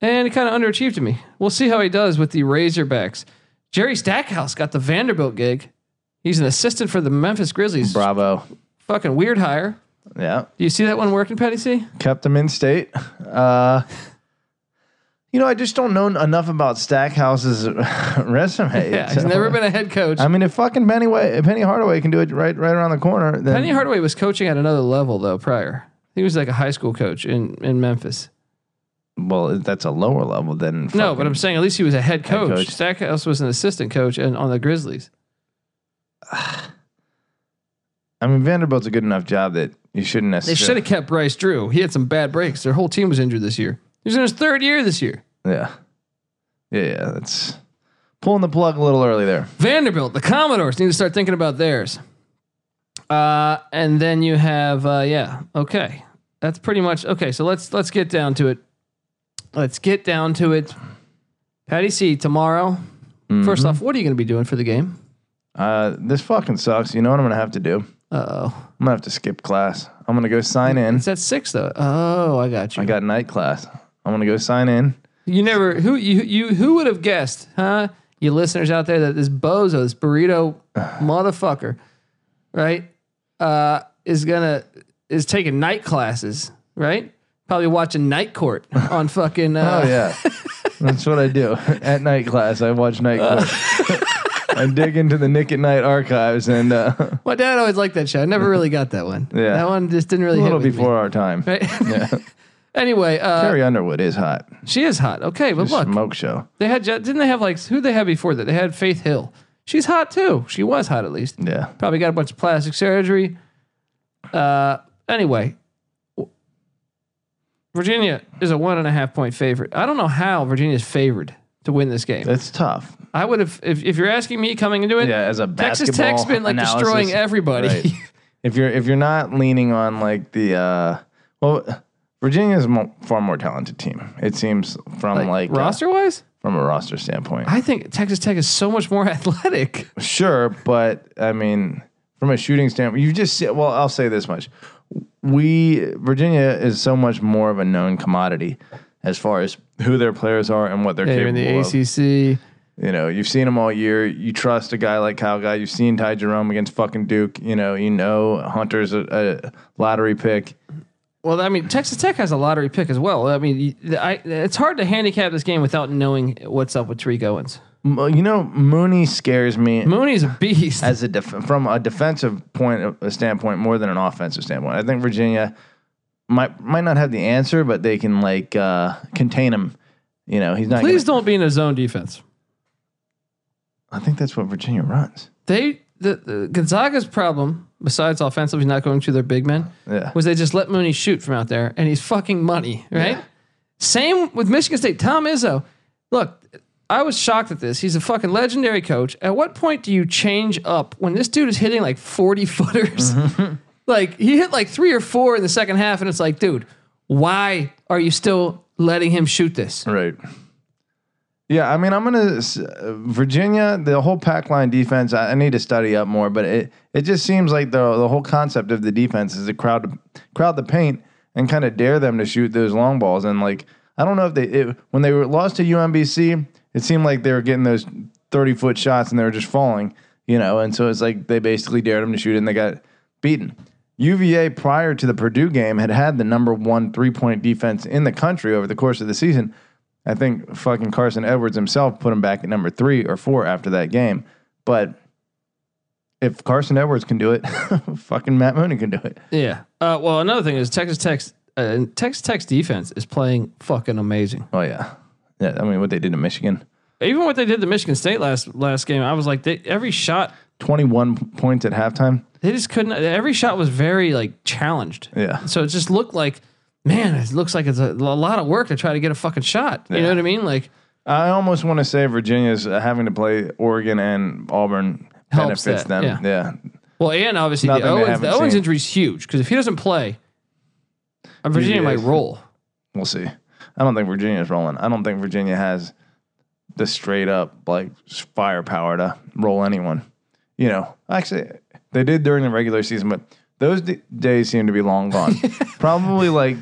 A: And it kind of underachieved to me. We'll see how he does with the Razorbacks. Jerry Stackhouse got the Vanderbilt gig. He's an assistant for the Memphis Grizzlies.
B: Bravo.
A: Fucking weird hire.
B: Yeah.
A: Do you see that one working, Patty C?
B: kept him in state. Uh, you know, I just don't know enough about Stackhouse's resume.
A: Yeah, he's
B: So-
A: never been a head coach.
B: I mean, if fucking Penny, Way, Penny Hardaway can do it right, right around the corner, then
A: Penny Hardaway was coaching at another level though prior. He was like a high school coach in, in Memphis.
B: well, that's a lower level than
A: No,
B: fucking-
A: but I'm saying at least he was a head coach.
B: coach.
A: Stackhouse was an assistant coach and on the Grizzlies.
B: I mean, Vanderbilt's a good enough job that you shouldn't
A: They should
B: necessarily.
A: have kept Bryce Drew. He had some bad breaks. Their whole team was injured this year. He was in his third year this year.
B: Yeah, yeah, yeah. That's pulling the plug a little early there.
A: Vanderbilt, the Commodores need to start thinking about theirs. Uh, and then you have uh, yeah, okay, that's pretty much okay. So let's let's get down to it. Let's get down to it. Patty C tomorrow. First off, what are you going to be doing for the game?
B: Uh, this fucking sucks. You know what I'm gonna have to do? I'm
A: Uh oh,
B: gonna have to skip class. I'm gonna go sign in.
A: it's at six though. Oh, I got you.
B: I got night class. I'm gonna go sign in.
A: You never who you you who would have guessed, huh? You listeners out there that this bozo, this burrito motherfucker, right, uh, is gonna is taking night classes, right? Probably watching Night Court on fucking. Uh,
B: Oh yeah, that's what I do at night class. I watch night
A: Uh.
B: class. I dig into the Nick at Night archives and uh, a
A: My dad always liked that show. I never really got that one.
B: Yeah.
A: that one just didn't really
B: little
A: hit with
B: before our time.
A: Me, right? anyway, uh,
B: Carrie Underwood is hot.
A: she is hot. Okay, but look,
B: Smoke show.
A: they had didn't they have like who they had before that? They had Faith Hill. She's hot too. She was hot at least.
B: Yeah,
A: probably got a bunch of plastic surgery. Uh, anyway, w- Virginia is a one and a half point favorite. I don't know how Virginia's favored to win this game.
B: it's tough.
A: I would have, if, if you're asking me coming into it,
B: Yeah, as a
A: Texas
B: basketball
A: Tech's been like
B: analysis,
A: destroying everybody.
B: Right. If you're if you're not leaning on like the uh, well, Virginia's mo- far more talented team. It seems from like, uh,
A: roster wise,
B: from a roster standpoint.
A: I think Texas Tech is so much more athletic.
B: Sure, but I mean, from a shooting standpoint, you just see, well, I'll say this much: we Virginia is so much more of a known commodity as far as who their players are and what they're
A: They're in
B: capable
A: the
B: of.
A: ACC.
B: You know, you've seen them all year. You trust a guy like Kyle Guy. You've seen Ty Jerome against fucking Duke. You know, you know Hunter's a, a lottery pick.
A: Well, I mean, Texas Tech has a lottery pick as well. I mean, y- I, it's hard to handicap this game without knowing what's up with Tariq Owens.
B: Mo- You know, Mooney scares me.
A: Mooney's a beast.
B: as a def- from a defensive point of a standpoint more than an offensive standpoint. I think Virginia might might not have the answer, but they can like uh, contain him. You know, he's not.
A: Please
B: gonna-
A: don't be in a zone defense.
B: I think that's what Virginia runs.
A: They the, the Gonzaga's problem, besides offensively not going to their big men,
B: Yeah.
A: was they just let Mooney shoot from out there, and he's fucking money, right? Same with Michigan State. Tom Izzo, look, I was shocked at this. He's a fucking legendary coach. At what point do you change up when this dude is hitting like forty footers? like he hit like three or four in the second half, and it's like, dude, why are you still letting him shoot this.
B: Right. Yeah, I mean, I'm gonna s- uh, Virginia. The whole pack line defense. I, I need to study up more, but it it just seems like the the whole concept of the defense is to crowd crowd the paint and kind of dare them to shoot those long balls. And like, I don't know if they it, when they were lost to UMBC, it seemed like they were getting those 30 foot shots and they were just falling, you know. And so it's like they basically dared them to shoot and they got beaten. UVA prior to the Purdue game had had the number one three point defense in the country over the course of the season. I think fucking Carson Edwards himself put him back at number three or four after that game. But if Carson Edwards can do it, fucking Matt Mooney can do it.
A: Yeah. Uh, well, another thing is Texas Tech's uh, Texas Tech's defense is playing fucking amazing.
B: Oh yeah, yeah. I mean, what they did in Michigan,
A: Even what they did to Michigan State last last game, I was like, they, every shot
B: twenty-one points at halftime.
A: they just couldn't. Every shot was very like challenged.
B: Yeah,
A: So it just looked like, man, it looks like it's a, a lot of work to try to get a fucking shot. You know what I mean? Like
B: I almost want to say Virginia's uh, having to play Oregon and Auburn
A: Helps
B: benefits
A: that,
B: them. Yeah.
A: Well, and obviously
B: Nothing
A: the
B: they
A: Owens,
B: haven't
A: the Owens
B: seen.
A: injury is huge because if he doesn't play, uh, Virginia might
B: is.
A: roll.
B: we'll see. I don't think Virginia's rolling. I don't think Virginia has the straight up like firepower to roll anyone. You know, actually, they did during the regular season, but those d- days seem to be long gone. Probably like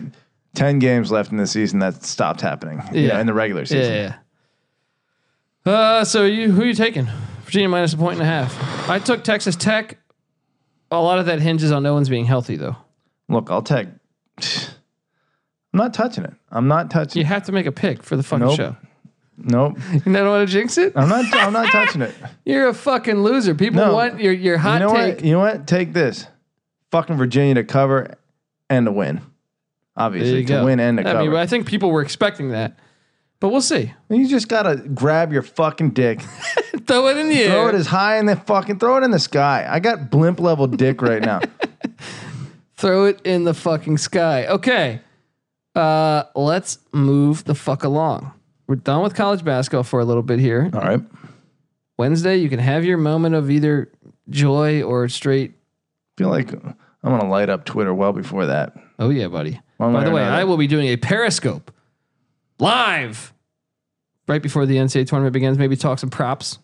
B: ten games left in the season that stopped happening. Yeah,
A: Yeah.
B: in the regular
A: Yeah.
B: season.
A: yeah, yeah. Uh, so you who you taking? Virginia minus a point and a half. I took Texas Tech. A lot of that hinges on Owens being healthy, though.
B: Look, I'll take. I'm not touching it. I'm not touching.
A: You have to make a pick for the fucking
B: Nope.
A: show.
B: Nope.
A: You don't want to jinx it?
B: I'm not. I'm not touching it.
A: You're a fucking loser. People
B: Uh, No.
A: want your your hot
B: You know
A: take.
B: what? You know what? Take this. Fucking Virginia to cover and to win.
A: There you
B: Obviously, to
A: go.
B: win and to
A: I
B: cover.
A: mean, I think people were expecting that, but we'll see.
B: you just gotta grab your fucking dick,
A: Throw it in the
B: throw
A: air.
B: it as high in the fucking, throw it in the sky. I got blimp level dick right now.
A: Throw it in the fucking sky. Okay. Uh, let's move the fuck along. We're done with college basketball for a little bit here.
B: All right.
A: Wednesday, you can have your moment of either joy or straight.
B: Feel like I'm gonna light up Twitter well before that.
A: Oh, yeah, buddy.
B: One
A: By the
B: or
A: way,
B: another.
A: I will be doing a Periscope live right before the NCAA tournament begins. Maybe talk some props.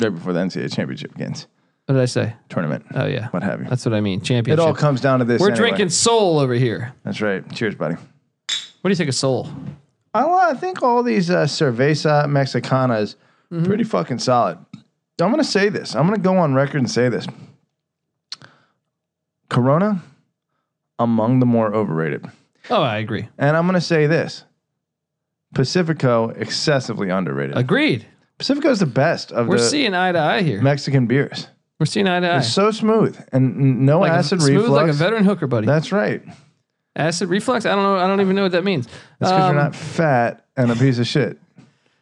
B: right before the NCAA championship games
A: What did I say?
B: tournament,
A: Oh, yeah.
B: what have you.
A: That's what I mean.
B: It all
A: Championship.
B: comes down to this.
A: We're
B: anyway.
A: drinking soul over here.
B: That's right. Cheers, buddy.
A: What do you think of soul?
B: I, li- I think all these uh, cerveza mexicanas
A: Mm-hmm.
B: pretty fucking solid. I'm gonna say this. I'm gonna go on record and say this. Corona, among the more overrated.
A: Oh, I agree.
B: And I'm gonna say this. Pacifico excessively underrated.
A: Agreed.
B: Pacifico is the best of
A: We're
B: the
A: seeing eye to eye here.
B: Mexican beers.
A: We're seeing eye to eye.
B: It's so smooth and n- no
A: Like a-
B: acid
A: smooth
B: reflux.
A: like a veteran hooker, buddy.
B: That's right.
A: acid reflux. I don't know. I don't even know what that means.
B: That's because
A: Um,
B: you're not fat and a piece of shit.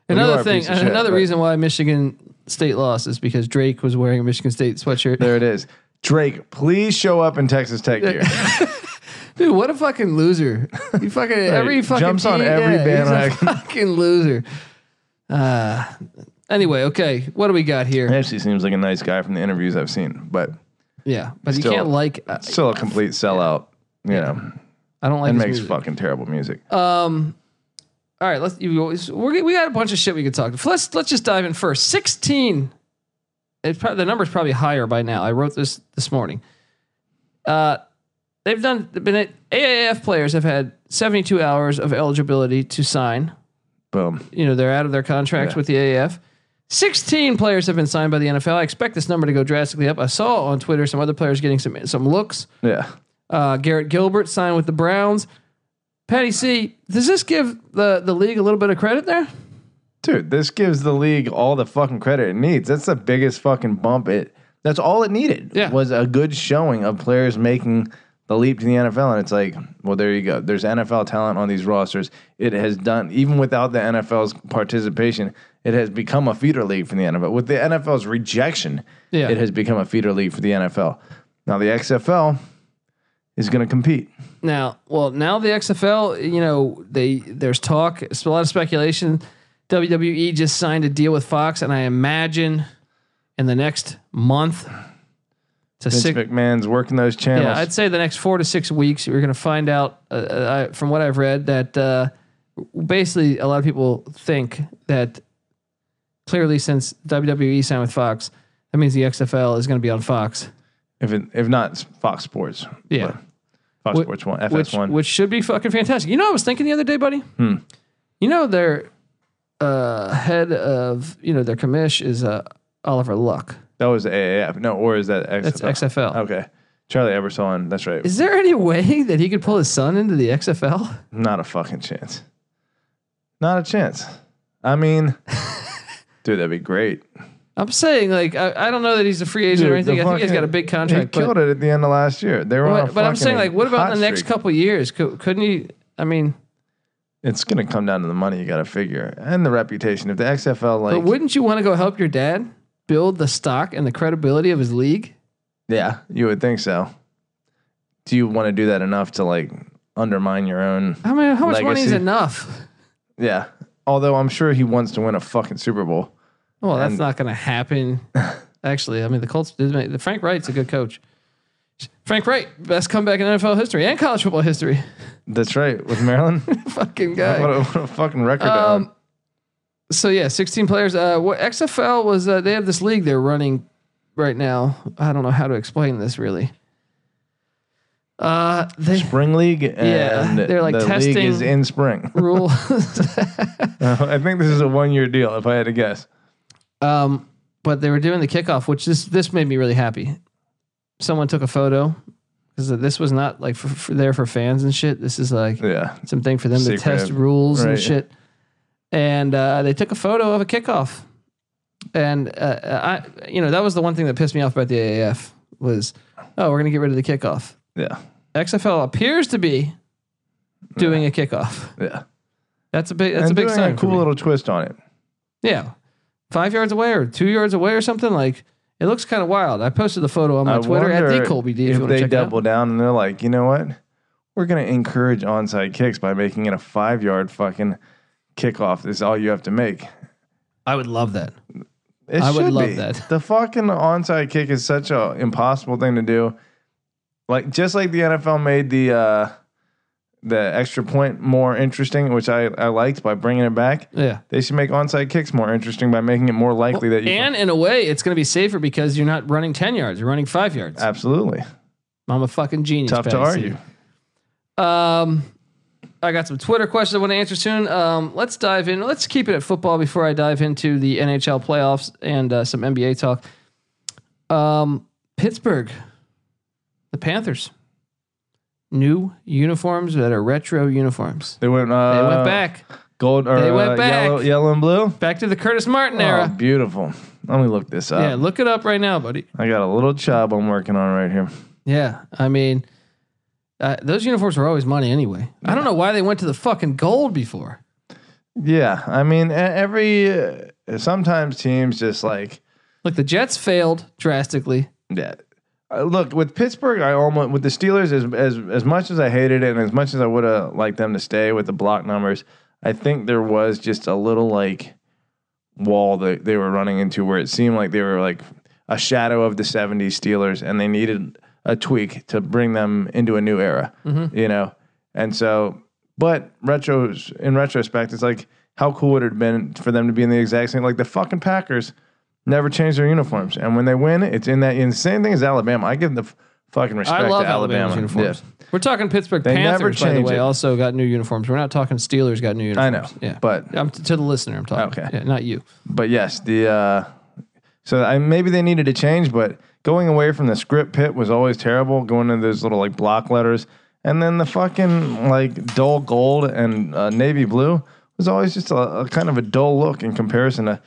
B: Well, you are
A: another
B: a
A: thing.
B: piece of shit,
A: another
B: but-
A: reason why Michigan State lost is because Drake was wearing a Michigan State sweatshirt.
B: There it is. Drake, please show up in Texas Tech gear.
A: Dude, what a fucking loser! You fucking every fucking
B: Jumps on
A: team-
B: every
A: yeah, he's a
B: bandwagon.
A: fucking loser. Uh, anyway, okay. What do we got
B: He
A: here?
B: actually seems like a nice guy from the interviews I've seen, but
A: Yeah, but
B: Still-
A: you can't like. I,
B: still a complete sellout. You know,
A: I don't like.
B: and
A: his
B: makes
A: music.
B: fucking terrible music.
A: All right, let's. You, we're, we got a bunch of shit we could talk. Let's let's just dive in first. Sixteen. It's probably the number's probably higher by now. I wrote this this morning. Uh, they've done been at, AAF players have had seventy two hours of eligibility to sign.
B: Boom.
A: You know they're out of their contracts with the AAF. Sixteen players have been signed by the NFL. I expect this number to go drastically up. I saw on Twitter some other players getting some some looks.
B: Yeah.
A: Uh, Garrett Gilbert signed with the Browns. Patty C, does this give the the league a little bit of credit there?
B: Dude, this gives the league all the fucking credit it needs. That's the biggest fucking bump it that's all it needed.
A: Yeah.
B: Was a good showing of players making the leap to the NFL. And it's like, well, there you go. There's NFL talent on these rosters. It has done even without the NFL's participation, it has become a feeder league for the NFL. With the NFL's rejection,
A: Yeah.
B: it has become a feeder league for the NFL. Now the XFL is gonna compete.
A: Now, well, now the XFL, you know, they there's talk, it's a lot of speculation. WWE just signed a deal with Fox, and I imagine in the next month to
B: Vince
A: six,
B: McMahon's working those channels.
A: yeah, I'd say the next four to six weeks, we're going to find out. Uh, uh, I, from what I've read, that uh, basically a lot of people think that clearly since WWE signed with Fox, that means the XFL is going to be on Fox.
B: If it, if not it's Fox Sports,
A: Yeah.
B: Fox
A: Wh-
B: Sports One,
A: Which,
B: FS One. Hmm.
A: which should be fucking fantastic. You know, what I was thinking the other day, buddy. You know, their uh, head of you know their commish is uh, Oliver Luck.
B: That was AAF. No, or is that XFL?
A: That's XFL.
B: Okay, Charlie Eberson. That's right.
A: Is there any way that he could pull his son into the XFL?
B: Not a fucking chance. Not a chance. I mean, dude, that'd be great.
A: I'm saying, like, I, I don't know that he's a free agent
B: Dude,
A: or anything.
B: the
A: I think he's
B: fucking-
A: got a big
B: He
A: contract. But,
B: killed it at the end of last year. They were on a
A: but, but I'm
B: fucking
A: saying, like, what about
B: hot
A: in the next
B: streak.
A: couple years? Could, couldn't he? I mean,
B: It's gonna come down to the money you got to figure and the reputation. If the XFL, like,
A: but wouldn't you want to go help your dad build the stock and the credibility of his league?
B: yeah, you would think so. Do you want to do that enough to like undermine your own?
A: I mean, how much money is
B: Legacy.
A: enough?
B: Yeah. Although I'm sure he wants to win a fucking Super Bowl.
A: Well, that's
B: And-
A: not going to happen. Actually, I mean, the Colts did make the Frank Wright's a good coach. Frank Wright, best comeback in NFL history and college football history.
B: That's right, with Maryland.
A: Fucking
B: what,
A: guy.
B: a, what a fucking record.
A: Um,
B: um,
A: So yeah, 16 players. Uh, what XFL was? Uh, they have this league they're running right now. I don't know how to explain this really. Uh, they
B: spring league. And
A: they're, like,
B: the
A: testing-
B: League is in spring.
A: rule.
B: I think this is a one year deal. If I had to guess,
A: um, but they were doing the kickoff, which this this made me really happy. Someone took a photo because this was not like for, for there for fans and shit. This is like
B: yeah,
A: something for them
B: Secret.
A: to test rules
B: Right.
A: and shit. And uh, they took a photo of a kickoff, and uh, I, you know, that was the one thing that pissed me off about the AAF was, oh, we're gonna get rid of the kickoff.
B: yeah,
A: XFL appears to be doing a kickoff.
B: yeah.
A: That's a big. That's
B: and
A: a big
B: doing
A: sign.
B: a
A: for me.
B: cool little twist on it.
A: yeah, five yards away or two yards away or something like. It looks kind of wild. I posted the photo on my
B: I
A: Twitter at
B: wonder
A: the Colby D. If, you
B: If
A: want to
B: they
A: check it out.
B: double down and they're like, you know what, we're gonna encourage onside kicks by making it a five yard fucking kickoff. Is all you have to make.
A: I would love that.
B: It
A: I would
B: should
A: love
B: be.
A: that.
B: The fucking onside kick is such a impossible thing to do. Like just like the NFL made the uh the extra point more interesting, which I I liked by bringing it back.
A: Yeah.
B: They should make onside kicks more interesting by making it more likely that you
A: And in a way, it's going to be safer because you're not running 10 yards, you're running five yards.
B: absolutely
A: I'm a fucking genius.
B: tough to
A: Patty C.
B: argue.
A: Um, I got some Twitter questions I want to answer soon. Um, let's dive in. Let's keep it at football before I dive into the NHL playoffs and uh, some NBA talk. Um, Pittsburgh, the Panthers, new uniforms that are retro uniforms.
B: They went uh,
A: They went back,
B: gold or
A: They went
B: uh,
A: back.
B: yellow yellow and blue.
A: back to the Curtis Martin
B: Oh,
A: era.
B: beautiful. Let me look this up.
A: yeah, look it up right now, buddy.
B: I got a little job I'm working on right here.
A: Yeah, I mean, uh, those uniforms were always money anyway. I don't know why they went to the fucking gold before.
B: Yeah, I mean e- every uh, sometimes teams just like
A: Look, the Jets failed drastically.
B: Yeah. Uh, look with Pittsburgh, I almost with the Steelers as as as much as I hated it and as much as I would have liked them to stay with the block numbers, I think there was just a little like wall that they were running into where it seemed like they were like a shadow of the '70s Steelers, and they needed a tweak to bring them into a new era.
A: Mm-hmm.
B: You know, and so, but retros in retrospect, it's like how cool would it have been for them to be in the exact same like the fucking Packers never change their uniforms. And when they win, it's in that. And the same thing as Alabama. I give the f- fucking respect
A: I love
B: to
A: Alabama's
B: Alabama.
A: uniforms. We're talking Pittsburgh
B: They never
A: Panthers, by the
B: change
A: way,
B: it.
A: also got new uniforms. We're not talking Steelers got new
B: Yeah,
A: uniforms.
B: I know.
A: Yeah.
B: But
A: I'm t- to the listener, I'm talking.
B: Okay.
A: Yeah, not you.
B: but yes, the uh, so I maybe they needed to change, but going away from the script pit was always terrible. Going to those little like block letters, and then the fucking like dull gold and uh, navy blue was always just a, a kind of a dull look in comparison to.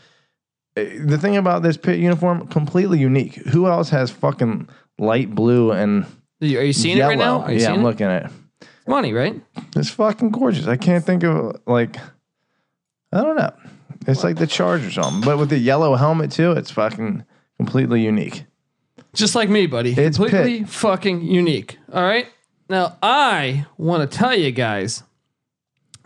B: eh, The thing about this pit uniform, completely unique. Who else has fucking light blue and
A: Are you, are you seeing
B: yellow?
A: it right now? Are you
B: yeah,
A: seeing
B: I'm
A: it?
B: looking at it.
A: It's money, right?
B: It's fucking gorgeous. I can't think of like I don't know. It's like the Charge or something, but with the yellow helmet too. It's fucking completely unique.
A: Just like me, buddy.
B: It's
A: completely fucking unique. All right. Now I want to tell you guys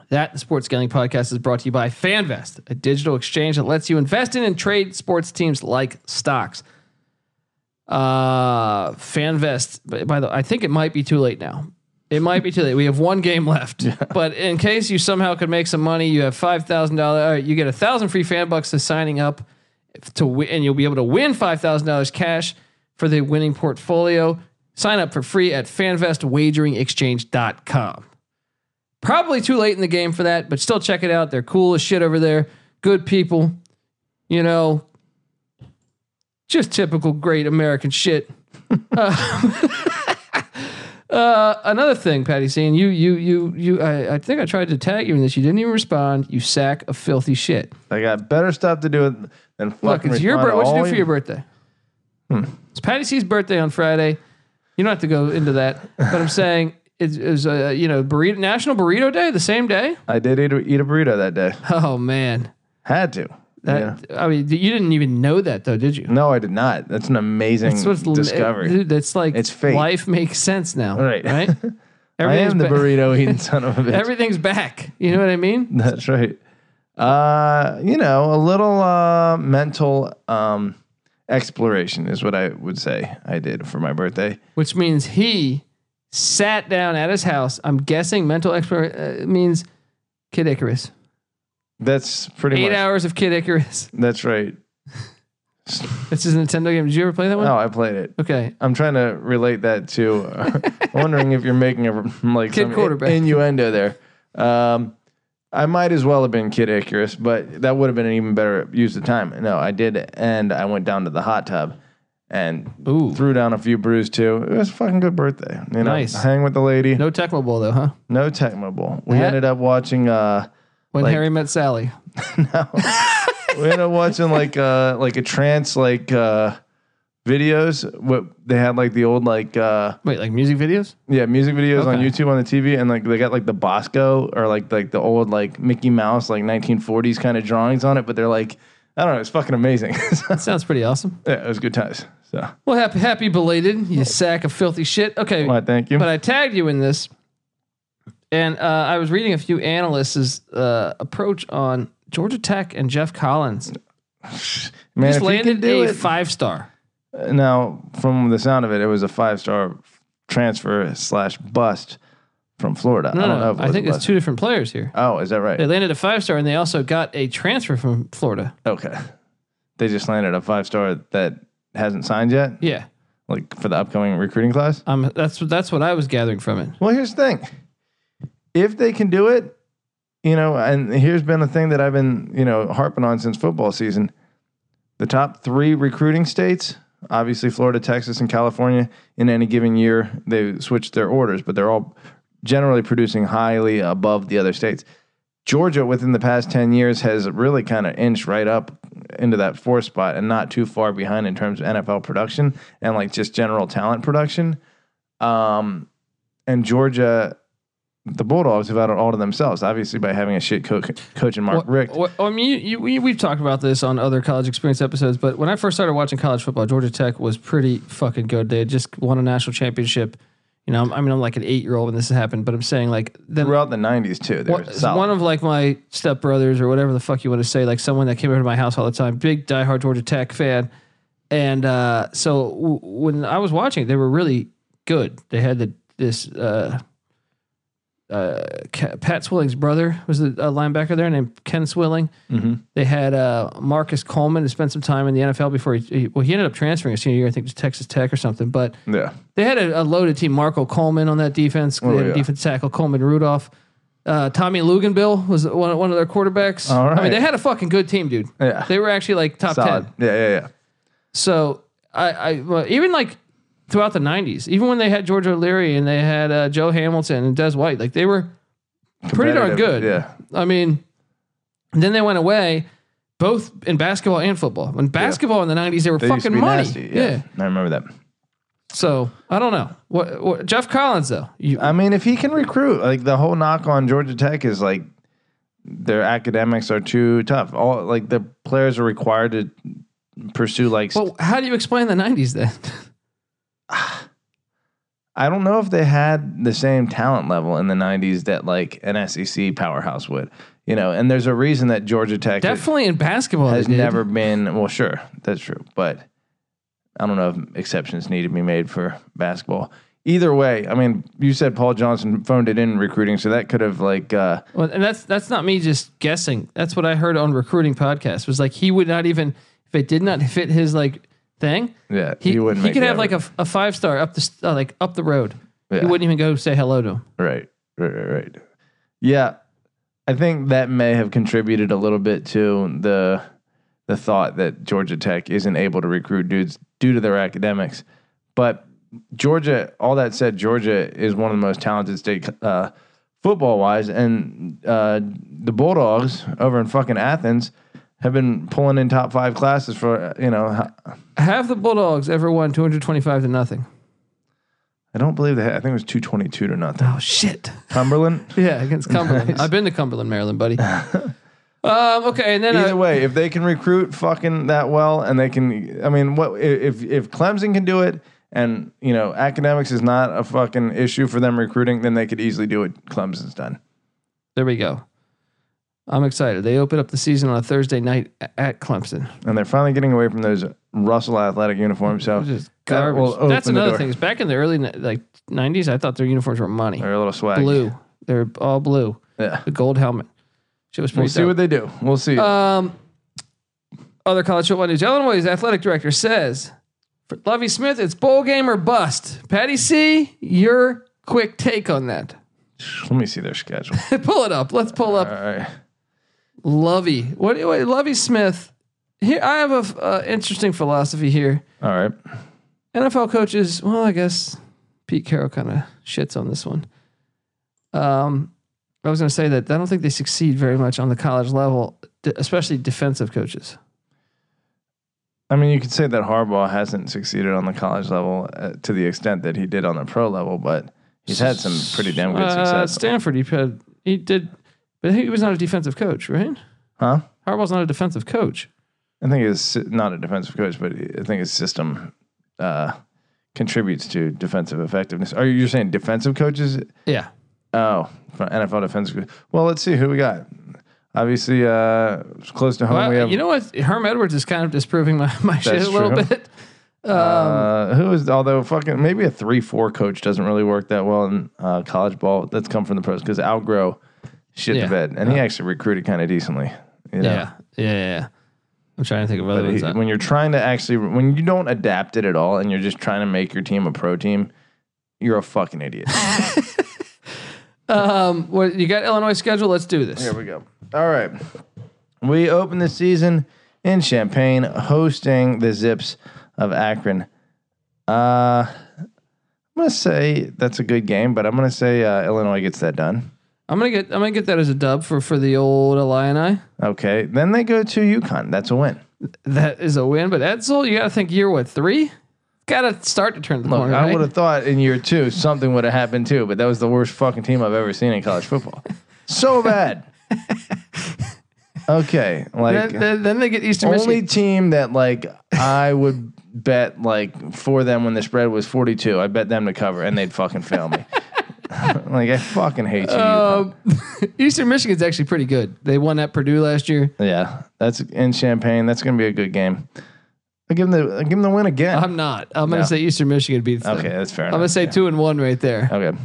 A: that the Sports Gambling Podcast is brought to you by FanVest, a digital exchange that lets you invest in and trade sports teams like stocks. Uh, FanVest. b- By the, I think it might be too late now, It might be too late. We have one game left. But in case you somehow could make some money, you have five thousand dollars. You get a thousand free fan bucks to signing up if- to win, and you'll be able to win five thousand dollars cash for the winning portfolio. Sign up for free at FanVestWageringExchange.com. Probably too late in the game for that, but still check it out. They're cool as shit over there. Good people, you know. Just typical great American shit. Uh, another thing, Patty, seeing you, you, you, you. I, I think I tried to tag you in this. You didn't even respond. You sack of filthy shit.
B: I got better stuff to do than fucking
A: Look, it's your birthday.
B: respond to
A: What you
B: all Hmm.
A: do for your birthday? It's Patty C's birthday on Friday. You don't have to go into that, but I'm saying it's, it's uh, you know burrito National Burrito Day the same day.
B: I did eat a, eat a burrito that day.
A: Oh man,
B: Had to.
A: that, I mean you didn't even know that though, did you?
B: Yeah. No, I did not. That's an amazing
A: That's what's
B: discovery.
A: Dude, that's like
B: It's fate.
A: Life makes sense now,
B: Right.
A: Right.
B: I am
A: Everything's
B: the
A: ba-
B: burrito eating son of a bitch.
A: Everything's back. You know what I mean?
B: That's right. Uh, you know, a little uh, mental um, exploration is what I would say I did for my birthday.
A: which means he sat down at his house. I'm guessing mental expert uh, means Kid Icarus.
B: That's pretty
A: Eight
B: much.
A: hours of Kid Icarus.
B: That's right.
A: This is a Nintendo game. Did you ever play that one?
B: Oh, I played it.
A: Okay.
B: I'm trying to relate that to. uh, I'm wondering if you're making a like
A: Kid
B: some
A: quarterback.
B: innuendo there. Um, I might as well have been Kid Icarus, but that would have been an even better use of time. No, I did, and I went down to the hot tub and
A: Ooh.
B: threw down a few brews too. It was a fucking good birthday. You know,
A: Nice.
B: Hang with the lady. No,
A: No Tecmo Bowl though, huh?
B: no Tecmo Bowl. We
A: That-
B: ended up watching. Uh,
A: When
B: Like-
A: Harry met Sally.
B: we ended up watching like uh like a trance like uh videos. What they had like the old like. uh
A: Wait, like music videos?
B: Yeah, music videos on
A: Okay.
B: YouTube on the TV, and like they got like the Bosco or like like the old like Mickey Mouse like 1940s kind of drawings on it, but they're like I don't know, it's fucking amazing. So,
A: That sounds pretty awesome.
B: yeah, it was good times. So,
A: Well, happy, happy belated, you sack of filthy shit. Okay.
B: why thank you.
A: but I tagged you in this, and uh, I was reading a few analysts' uh, approach on Georgia Tech and Jeff Collins.
B: Man,
A: Just
B: if you could
A: landed
B: do
A: a
B: it
A: five star.
B: now from the sound of it, it was a five star transfer slash bust from Florida.
A: No,
B: I
A: no,
B: don't
A: I,
B: know. If it was
A: think
B: a
A: it's
B: bust.
A: two different players here.
B: Oh, is that right?
A: They landed a five star, and they also got a transfer from Florida.
B: Okay, they just landed a five star that hasn't signed yet,
A: Yeah,
B: like for the upcoming recruiting class.
A: um, that's that's what I was gathering from it.
B: Well, here's the thing. If they can do it, you know, and here's been a thing that I've been, you know, harping on since football season. The top three recruiting states, obviously Florida, Texas, and California, in any given year, they switch their orders, but they're all generally producing highly above the other states. Georgia, within the past 10 years, has really kind of inched right up into that fourth spot and not too far behind in terms of NFL production and like just general talent production. Um, and Georgia, the Bulldogs have had it all to themselves, obviously by having a shit co- coach in Mark Richt.
A: What, I mean, you, you, we, we've talked about this on other college experience episodes, but when I first started watching college football, Georgia Tech was pretty fucking good. They had just won a national championship. You know, I'm, I mean, I'm like an eight year old when this happened, but I'm saying like then
B: Throughout the '90s too, they were
A: One-
B: solid.
A: One of like my stepbrothers or whatever the fuck you want to say, like someone that came over to my house all the time, big diehard Georgia Tech fan. And uh, so w- when I was watching, it, they were really good. They had the, this uh, uh, Ca- Pat Swilling's brother was the uh, linebacker there named Ken Swilling. They had uh, Marcus Coleman who spent some time in the NFL before he, he well he ended up transferring his senior year I think to Texas Tech or something, but
B: yeah,
A: they had a, a loaded team. Marco Coleman on that defense. They had a
B: Oh, yeah.
A: defense tackle Coleman Rudolph. Uh, Tommy Luganbill was one, one of their quarterbacks.
B: All
A: I mean,
B: right.
A: they had a fucking good team, dude.
B: Yeah.
A: They were actually like top
B: solid.
A: 10.
B: Yeah, yeah, yeah.
A: So I, I well, even like throughout the 90s, even when they had George O'Leary and they had uh, Joe Hamilton and Des White, like they were pretty darn
B: Competitive,
A: good.
B: Yeah,
A: I mean, and then they went away both in basketball and football. When basketball in the 90s, they were
B: They used to
A: fucking
B: be
A: money.
B: nasty. Yeah. I remember that.
A: So I don't know. What, what Jeff Collins though? You,
B: I mean, if he can recruit, like the whole knock on Georgia Tech is like their academics are too tough. All like the players are required to pursue like
A: Well, how do you explain the '90s then?
B: I don't know if they had the same talent level in the 90s that like an SEC powerhouse would, you know, and there's a reason that Georgia Tech
A: Definitely in basketball,
B: has
A: they did.
B: never been, well, sure, that's true, but I don't know if exceptions need to be made for basketball. Either way, I mean, you said Paul Johnson phoned it in recruiting, so that could have like uh,
A: Well, and that's that's not me just guessing. That's what I heard on recruiting podcast was like he would not even if it did not fit his like thing.
B: Yeah,
A: he,
B: he wouldn't
A: He
B: make
A: could
B: the
A: have like a, a five star up the st- uh, like up the road.
B: Yeah.
A: He wouldn't even go say hello to him.
B: Right, right, right, right. Yeah, I think that may have contributed a little bit to the the thought that Georgia Tech isn't able to recruit dudes due to their academics. But Georgia, all that said, Georgia is one of the most talented state uh, football wise, and uh, the Bulldogs over in fucking Athens have been pulling in top five classes for uh, you know. h-
A: Have the Bulldogs ever won two hundred twenty five to nothing?
B: I don't believe they. Had, I think it was two twenty two to nothing.
A: Oh shit!
B: Cumberland.
A: Yeah, against Cumberland. I've been to Cumberland, Maryland, buddy. um, okay, and then uh,
B: Either way, if they can recruit fucking that well, and they can, I mean, what if if Clemson can do it, and you know, academics is not a fucking issue for them recruiting, then they could easily do it. Clemson's done.
A: there we go. I'm excited. They open up the season on a Thursday night a- at Clemson.
B: And they're finally getting away from those Russell athletic uniforms. So
A: It's just
B: that will
A: garbage.
B: open
A: That's
B: the
A: another
B: door.
A: thing. Is back in the early ni- like '90s, I thought their uniforms were money.
B: They're a little swag.
A: blue. They're all blue.
B: Yeah.
A: The gold helmet. Shit was pretty
B: We'll see
A: dope.
B: what they do. We'll see.
A: um, other college football news. Illinois' athletic director says, for Lovey Smith, it's bowl game or bust. Patty C, your quick take on that.
B: Let me see their schedule.
A: pull it up. Let's pull
B: All
A: up
B: right.
A: Lovey. What, what Lovey Smith? Here, I have a f- uh, interesting philosophy here.
B: All right.
A: NFL coaches, well, I guess Pete Carroll kind of shits on this one. Um, I was going to say that I don't think they succeed very much on the college level, d- especially defensive coaches.
B: I mean, you could say that Harbaugh hasn't succeeded on the college level uh, to the extent that he did on the pro level, but he's had some pretty damn good
A: Uh,
B: success.
A: Stanford, he had, he did, but he was not a defensive coach, right?
B: huh?
A: Harbaugh's not a defensive coach.
B: I think it's not a defensive coach, but I think his system uh, contributes to defensive effectiveness. Are you saying defensive coaches?
A: Yeah,
B: Oh, for NFL defensive. coach. Well, let's see who we got. Obviously, uh, it's close to home.
A: well,
B: we have
A: you know what? Herm Edwards is kind of disproving my, my shit
B: That's
A: a little
B: true.
A: bit.
B: uh,
A: um,
B: who is although fucking maybe a three-four coach doesn't really work that well in uh, college ball. That's come from the pros because Algro shit
A: Yeah.
B: the bed, and he actually recruited kind of decently. You know?
A: Yeah, yeah, yeah. yeah. I'm trying to think of other
B: But
A: ones.
B: he-
A: that-
B: when you're trying to actually, when you don't adapt it at all, and you're just trying to make your team a pro team, you're a fucking idiot.
A: Um, what you got Illinois schedule? Let's do this.
B: Here we go. All right, we open the season in Champaign, hosting the Zips of Akron. Uh, I'm gonna say that's a good game, but I'm gonna say uh, Illinois gets that done.
A: I'm gonna get I'm gonna get that as a dub for for the old Illini.
B: Okay, then they go to UConn. That's a win.
A: That is a win, but Edsel, you gotta think year what three? Gotta start to turn the
B: Look,
A: corner.
B: I
A: right?
B: would have thought in year two something would have happened too, but that was the worst fucking team I've ever seen in college football. so bad. Okay, like
A: Then, then, then they get Eastern
B: only
A: Michigan.
B: team that like I would bet like for them when the spread was forty two, I bet them to cover and they'd fucking fail me. like I fucking hate you. uh,
A: Um, Eastern Michigan's actually pretty good. They won at Purdue last year.
B: UConn. yeah, that's in Champagne. That's gonna be a good game. I give them the I give them the win again.
A: I'm not. I'm gonna
B: No.
A: say Eastern Michigan beats them.
B: okay, that's fair.
A: I'm gonna say two and one right there.
B: Okay.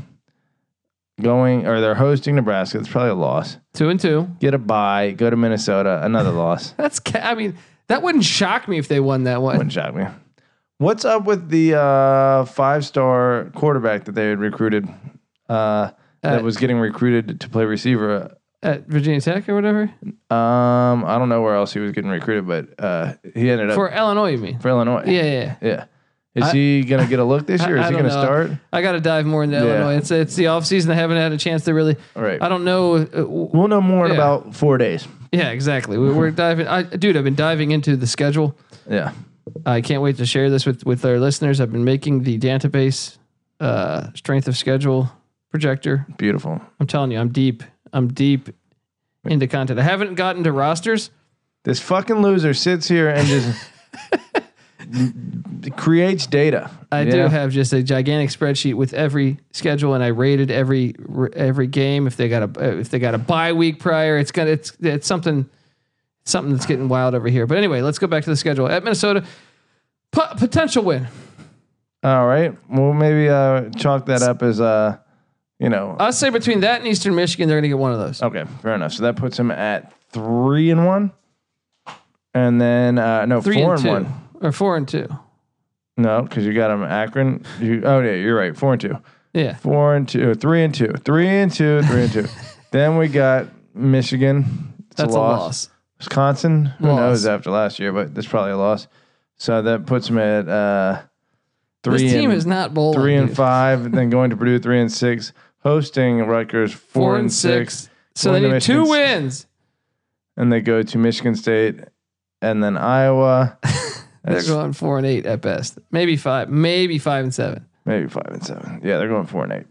B: Going or they're hosting Nebraska. It's probably a loss.
A: Two and two.
B: Get a bye. Go to Minnesota. Another loss.
A: That's. Ca- I mean, that wouldn't shock me if they won that one.
B: Wouldn't shock me. What's up with the uh, five-star quarterback that they had recruited? Uh, that
A: Uh,
B: was getting recruited to play receiver.
A: At Virginia Tech or whatever
B: Um, I don't know where else he was getting recruited, but uh, he ended up for,
A: for Illinois, you mean?
B: Illinois.
A: Yeah, yeah. yeah.
B: Yeah. Is he gonna get a look this year?
A: I
B: Is he
A: don't
B: gonna
A: know.
B: start?
A: I got to dive more into Illinois. It's it's the off season. I haven't had a chance to really.
B: All right.
A: I don't know. uh, w-
B: We'll know more in
A: Yeah.
B: about four days.
A: Yeah, exactly. We, we're diving. I, dude, I've been diving into the schedule.
B: Yeah.
A: I can't wait to share this with with our listeners. I've been making the database uh, strength of schedule projector.
B: Beautiful.
A: I'm telling you, I'm deep. I'm deep into content. I haven't gotten to rosters.
B: This fucking loser sits here and just creates data.
A: I
B: you
A: do
B: know?
A: have just a gigantic spreadsheet with every schedule, and I rated every every game. If they got a uh, if they got a bye week prior, it's gonna it's it's something something that's getting wild over here. But anyway, let's go back to the schedule at Minnesota. Po- potential win.
B: All right. Well, maybe uh, chalk that up as uh, you know.
A: I'll say between that and Eastern Michigan, they're going to get one of those.
B: Okay, fair enough. So that puts him at three and one, and then uh, no
A: Three
B: four
A: and
B: and,
A: two,
B: one.
A: or four and two.
B: No, because you got him Akron. You, oh yeah, you're right. Four and two.
A: Yeah,
B: Four and two. Three and two. Three and two. Three and two. then we got Michigan. It's
A: that's a loss.
B: Wisconsin. Who
A: Loss.
B: knows after last year, but that's probably a loss. So that puts him at uh, three.
A: This team
B: and,
A: is not bowling.
B: three and
A: dude.
B: five, and then going to Purdue three and six, hosting Rutgers four,
A: four
B: and
A: and
B: six,
A: six. So they
B: Going to
A: need two
B: Michigan.
A: wins.
B: and they go to Michigan State and then Iowa.
A: They're
B: That's
A: going four and eight at best. Maybe five. Maybe five and seven.
B: maybe five and seven. Yeah, they're going four and eight.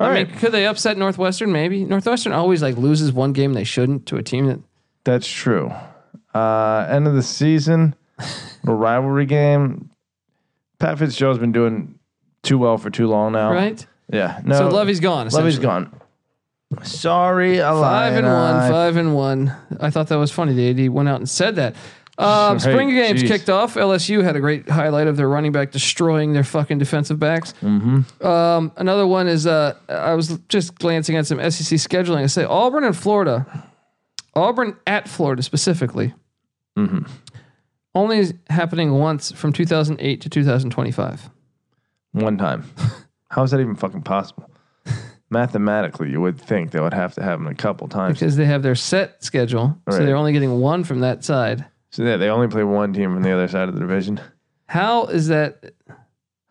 A: I
B: All right,
A: mean, could they upset Northwestern? Maybe Northwestern always like loses one game they shouldn't to a team that
B: that's true. Uh, end of the season, a rivalry game. Pat Fitzgerald's been doing too well for too long now.
A: right.
B: Yeah. No.
A: so Lovey's gone.
B: Oh. Lovey's
A: essentially.
B: gone. Sorry,
A: Five and one,
B: Illini.
A: five and one. I thought that was funny. The AD went out and said that. Um,
B: Right,
A: spring games
B: jeez.
A: kicked off. LSU had a great highlight of their running back destroying their fucking defensive backs. Um, another one is uh, I was just glancing at some SEC scheduling. I say Auburn and Florida, Auburn at Florida specifically, Mm-hmm. only is happening once from 2008 to 2025.
B: One time. How is that even fucking possible? Mathematically, you would think that would have to happen a couple times.
A: because they have their set schedule, so
B: Right.
A: they're only getting one from that side.
B: So yeah, they only play one team from the other side of the division.
A: How is that?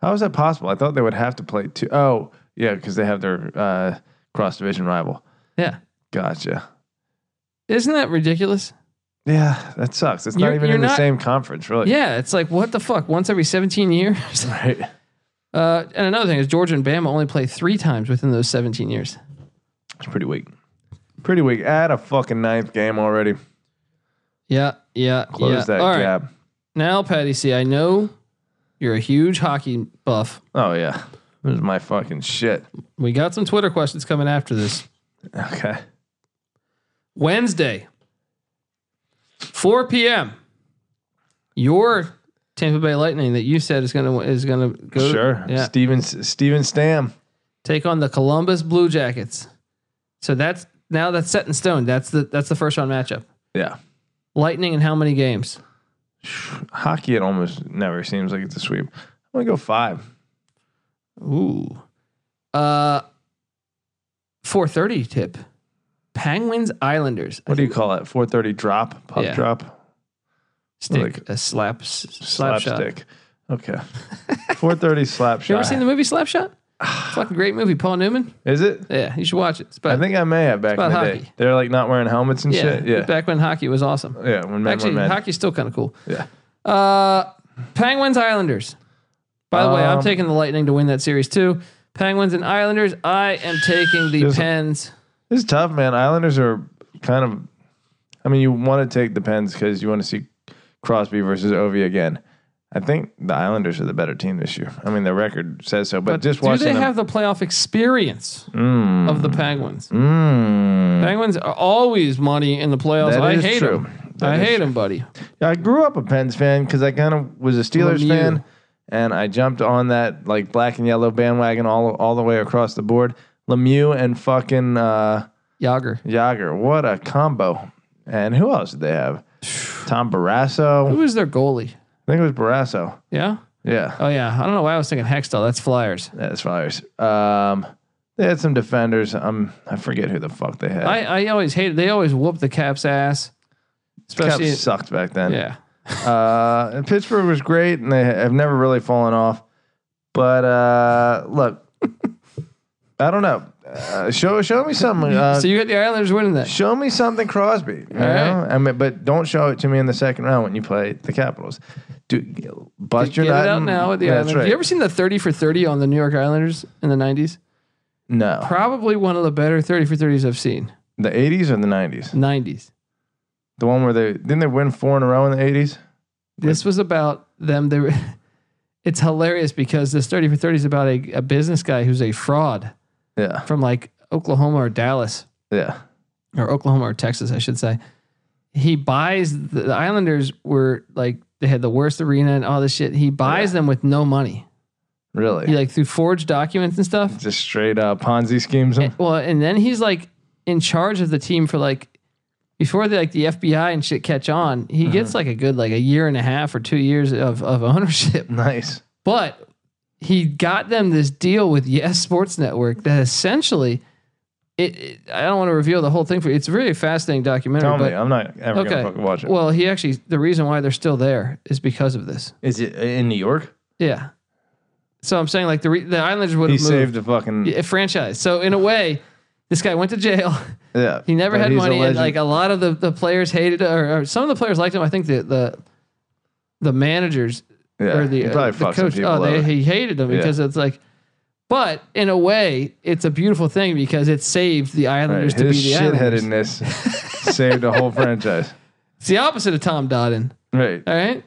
B: How is that possible? I thought they would have to play two oh yeah, because they have their uh, cross division rival.
A: Yeah,
B: Gotcha.
A: isn't that ridiculous?
B: Yeah, that sucks. It's
A: You're-
B: not even
A: you're
B: in
A: not-
B: the same conference, really.
A: Yeah, it's like what the fuck? Once every 17 years.
B: Right.
A: Uh, and another thing is Georgia and Bama only play three times within those 17 years.
B: It's pretty weak. Pretty weak. At a fucking ninth game already.
A: Yeah, yeah,
B: Close
A: yeah.
B: that
A: All right.
B: gap.
A: Now, Patty C, I know you're a huge hockey buff.
B: Oh yeah. This is my fucking shit.
A: We got some Twitter questions coming after this.
B: Okay.
A: Wednesday, 4 p.m. Your Tampa Bay Lightning that you said is gonna is gonna go
B: Sure.
A: yeah,
B: Steven Steven Stam.
A: take on the Columbus Blue Jackets. So that's now that's set in stone. That's the that's the first round matchup.
B: Yeah.
A: Lightning in how many games?
B: Hockey, it almost never seems like it's a sweep. I'm gonna go five.
A: Ooh. Uh 430 tip. Penguins Islanders.
B: What do you call it? 430 drop, puck
A: Yeah.
B: drop,
A: Stick
B: like-
A: a slap s- slap
B: slap
A: shot.
B: stick. Okay. 430 slap
A: You
B: shot.
A: ever seen the movie Slapshot? Fucking great movie. Paul Newman.
B: Is it?
A: Yeah, you should watch it. It's
B: I
A: about,
B: think I may have back in
A: about
B: the
A: hockey.
B: day. They're like not wearing helmets and
A: yeah,
B: shit. Yeah.
A: back when hockey was awesome.
B: Yeah. When men
A: Actually,
B: were men.
A: hockey's still kind of cool.
B: Yeah.
A: Uh, Penguins Islanders. By the way, I'm
B: Um,
A: taking the Lightning to win that series too. Penguins and Islanders. I am taking the
B: There's a-
A: Pens.
B: This is tough, man. Islanders are kind of, I mean, you want to take the Pens because you want to see Crosby versus Ovi again. I think the Islanders are the better team this year. I mean, the record says so, but, just
A: do
B: watching
A: they
B: them.
A: have the playoff experience of the Penguins?
B: Mm.
A: Penguins are always money in the playoffs.
B: That
A: I
B: is
A: hate
B: true.
A: them.
B: That
A: I
B: is
A: hate them, buddy.
B: Yeah, I grew up a Pens fan because I kind of was a Steelers
A: Lemieux.
B: fan, and I jumped on that like black and yellow bandwagon all all the way across the board. Lemieux and fucking uh,
A: Yager.
B: Yager, what a combo! And who else did they have? Tom Barrasso.
A: Who is their goalie?
B: I think it was Barrasso.
A: Yeah.
B: Yeah,
A: Oh yeah. I don't know why I was thinking Hextall. That's Flyers.
B: that's Flyers. Um, they had some defenders. Um, I forget who the fuck they had.
A: I, I always hated. They always whoop the Caps ass.
B: Caps
A: Especially
B: sucked back then.
A: yeah.
B: Uh, and Pittsburgh was great, and they have never really fallen off. But uh, look, I don't know. Uh, show show me something. Uh,
A: so you got the Islanders winning that.
B: show me something, Crosby. You
A: All
B: know?
A: right.
B: I mean, but don't show it to me in the second round when you play the Capitals. Do bust
A: Get
B: your
A: it
B: nut
A: out
B: and-
A: now with the
B: That's
A: Islanders.
B: right.
A: You ever seen the 30 for 30 on the New York Islanders in the 90s?
B: no,
A: Probably one of the better 30 for 30s I've seen.
B: the '80s or the '90s?
A: 90s.
B: The one where they didn't they win four in a row in the '80s?
A: This was about them. They were, it's hilarious because this 30 for 30 is about a, a business guy who's a fraud
B: Yeah,
A: from like Oklahoma or Dallas
B: yeah.
A: or Oklahoma or Texas, I should say. He buys the, the Islanders were like they had the worst arena and all this shit. He buys them with no money.
B: Really?
A: You like through forged documents and stuff.
B: Just straight up Ponzi schemes. Him.
A: Well, and then he's like in charge of the team for like before the like the FBI and shit catch on.
B: Uh-huh.
A: He gets like a good like a year and a half or two years of of ownership.
B: Nice.
A: But he got them this deal with Yes Sports Network that essentially, it, it- I don't want to reveal the whole thing for you. It's a really fascinating documentary.
B: Tell
A: but,
B: me, I'm not ever
A: okay.
B: gonna fucking watch it.
A: Well, he actually the reason why they're still there is because of this.
C: Is it in New York?
A: Yeah. So I'm saying like the re- the Islanders would
B: he
A: have moved
B: saved the fucking yeah.
A: Yeah, franchise. So in a way, this guy went to jail. He never
B: But
A: had
B: he's a
A: money, and
B: legend.
A: like a lot of the, the players hated, or, or some of the players liked him. I think the the the managers
B: yeah.
A: or the,
B: he
A: uh,
B: probably
A: the
B: fucked some
A: coach.
B: people
A: Oh, they,
B: over.
A: he hated them
B: Yeah.
A: because it's like, but in a way, it's a beautiful thing because it saved the
B: Right,
A: Islanders
B: His
A: to be the Islanders.
B: shitheadedness saved the whole franchise.
A: It's the opposite of Tom Dodden.
B: Right.
A: All right.